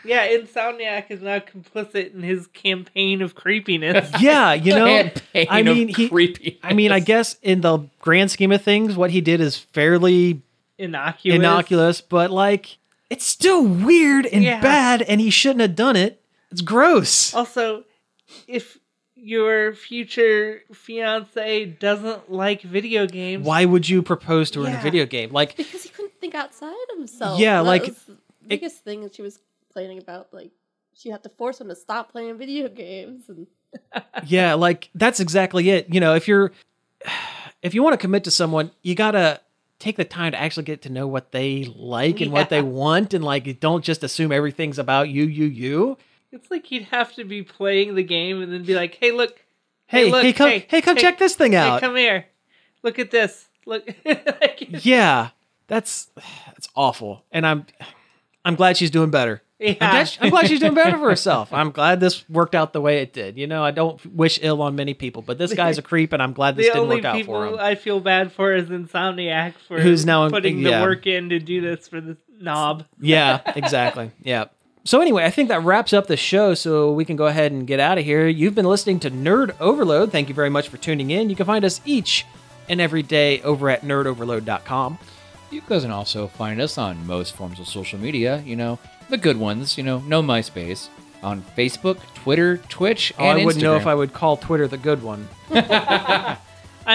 B: yeah, Insomniac is now complicit in his campaign of creepiness.
A: *laughs* Yeah, you know.
C: Campaign
A: I
C: of
A: mean, he-
C: creepy.
A: I mean, I guess in the grand scheme of things, what he did is fairly
B: Innocuous.
A: innocuous, but like it's still weird and
B: Yeah.
A: bad, and he shouldn't have done it. It's gross.
B: Also, if your future fiance doesn't like video games,
A: Why would you propose to her in a
B: Yeah.
A: video game? Like, *laughs*
D: Because he couldn't think outside himself.
A: Yeah,
D: That
A: like,
D: was the biggest thing that she was complaining about, like she had to force him to stop playing video games and
A: yeah, like that's exactly it. You know, if you're *sighs* if you want to commit to someone, you gotta take the time to actually get to know what they like and what they
B: Yeah.
A: want, and like don't just assume everything's about you, you, you.
B: it's like you'd have to be playing the game and then be like, "Hey, look,
A: hey,
B: Hey, look,
A: hey, come, hey,
B: hey,
A: come
B: hey,
A: check this thing
B: hey,
A: out.
B: come here, look at this, look." *laughs* like,
A: yeah, that's that's awful, and I'm I'm glad she's doing better. I'm,
B: yeah.
A: glad, I'm glad she's doing better for herself. I'm glad this worked out the way it did. You know, I don't wish ill on many people, but this
B: *laughs*
A: guy's a creep, and I'm glad this
B: The
A: didn't
B: only
A: work out
B: people
A: for him.
B: I feel bad for is Insomniac for
A: Who's now in-
B: putting
A: yeah.
B: the work in to do this for the knob. *laughs*
A: yeah, exactly. Yeah. So anyway, I think that wraps up the show, so we can go ahead and get out of here. You've been listening to Nerd Overload. Thank you very much for tuning in. You can find us each and every day over at nerdoverload.com.
C: You guys can also find us on most forms of social media, you know, the good ones, you know, no MySpace, on Facebook, Twitter, Twitch,
A: Oh,
C: and
A: I wouldn't know if
C: Instagram.
A: I would call Twitter the good one.
B: I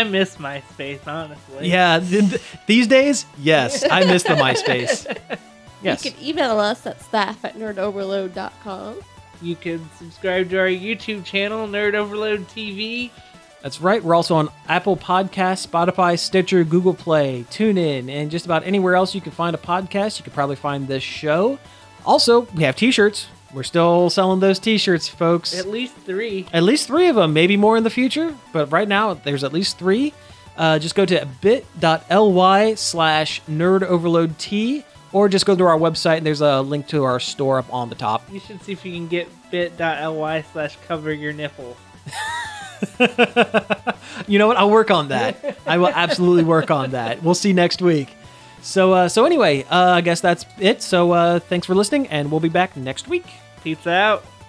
B: miss MySpace, honestly.
A: Yeah, th- th- these days, yes, I miss the *laughs* MySpace. Yes,
D: you can email us at staff at nerdoverload.com.
B: You can subscribe to our YouTube channel, Nerd Overload TV.
A: that's right. We're also on Apple Podcasts, Spotify, Stitcher, Google Play, TuneIn, and just about anywhere else you can find a podcast. You can probably find this show. Also, we have T-shirts. We're still selling those T-shirts, folks.
B: At least three.
A: at least three of them, maybe more in the future. But right now, there's at least three. Uh, just go to bit.ly slash nerdoverloadT or just go to our website and there's a link to our store up on the top.
B: You should see if you can get bit.ly slash cover your nipple.
A: you know what? I'll work on that. I will absolutely work on that. We'll see next week. So, uh, so anyway, uh, I guess that's it. So, uh, thanks for listening, and we'll be back next week.
B: Pizza out.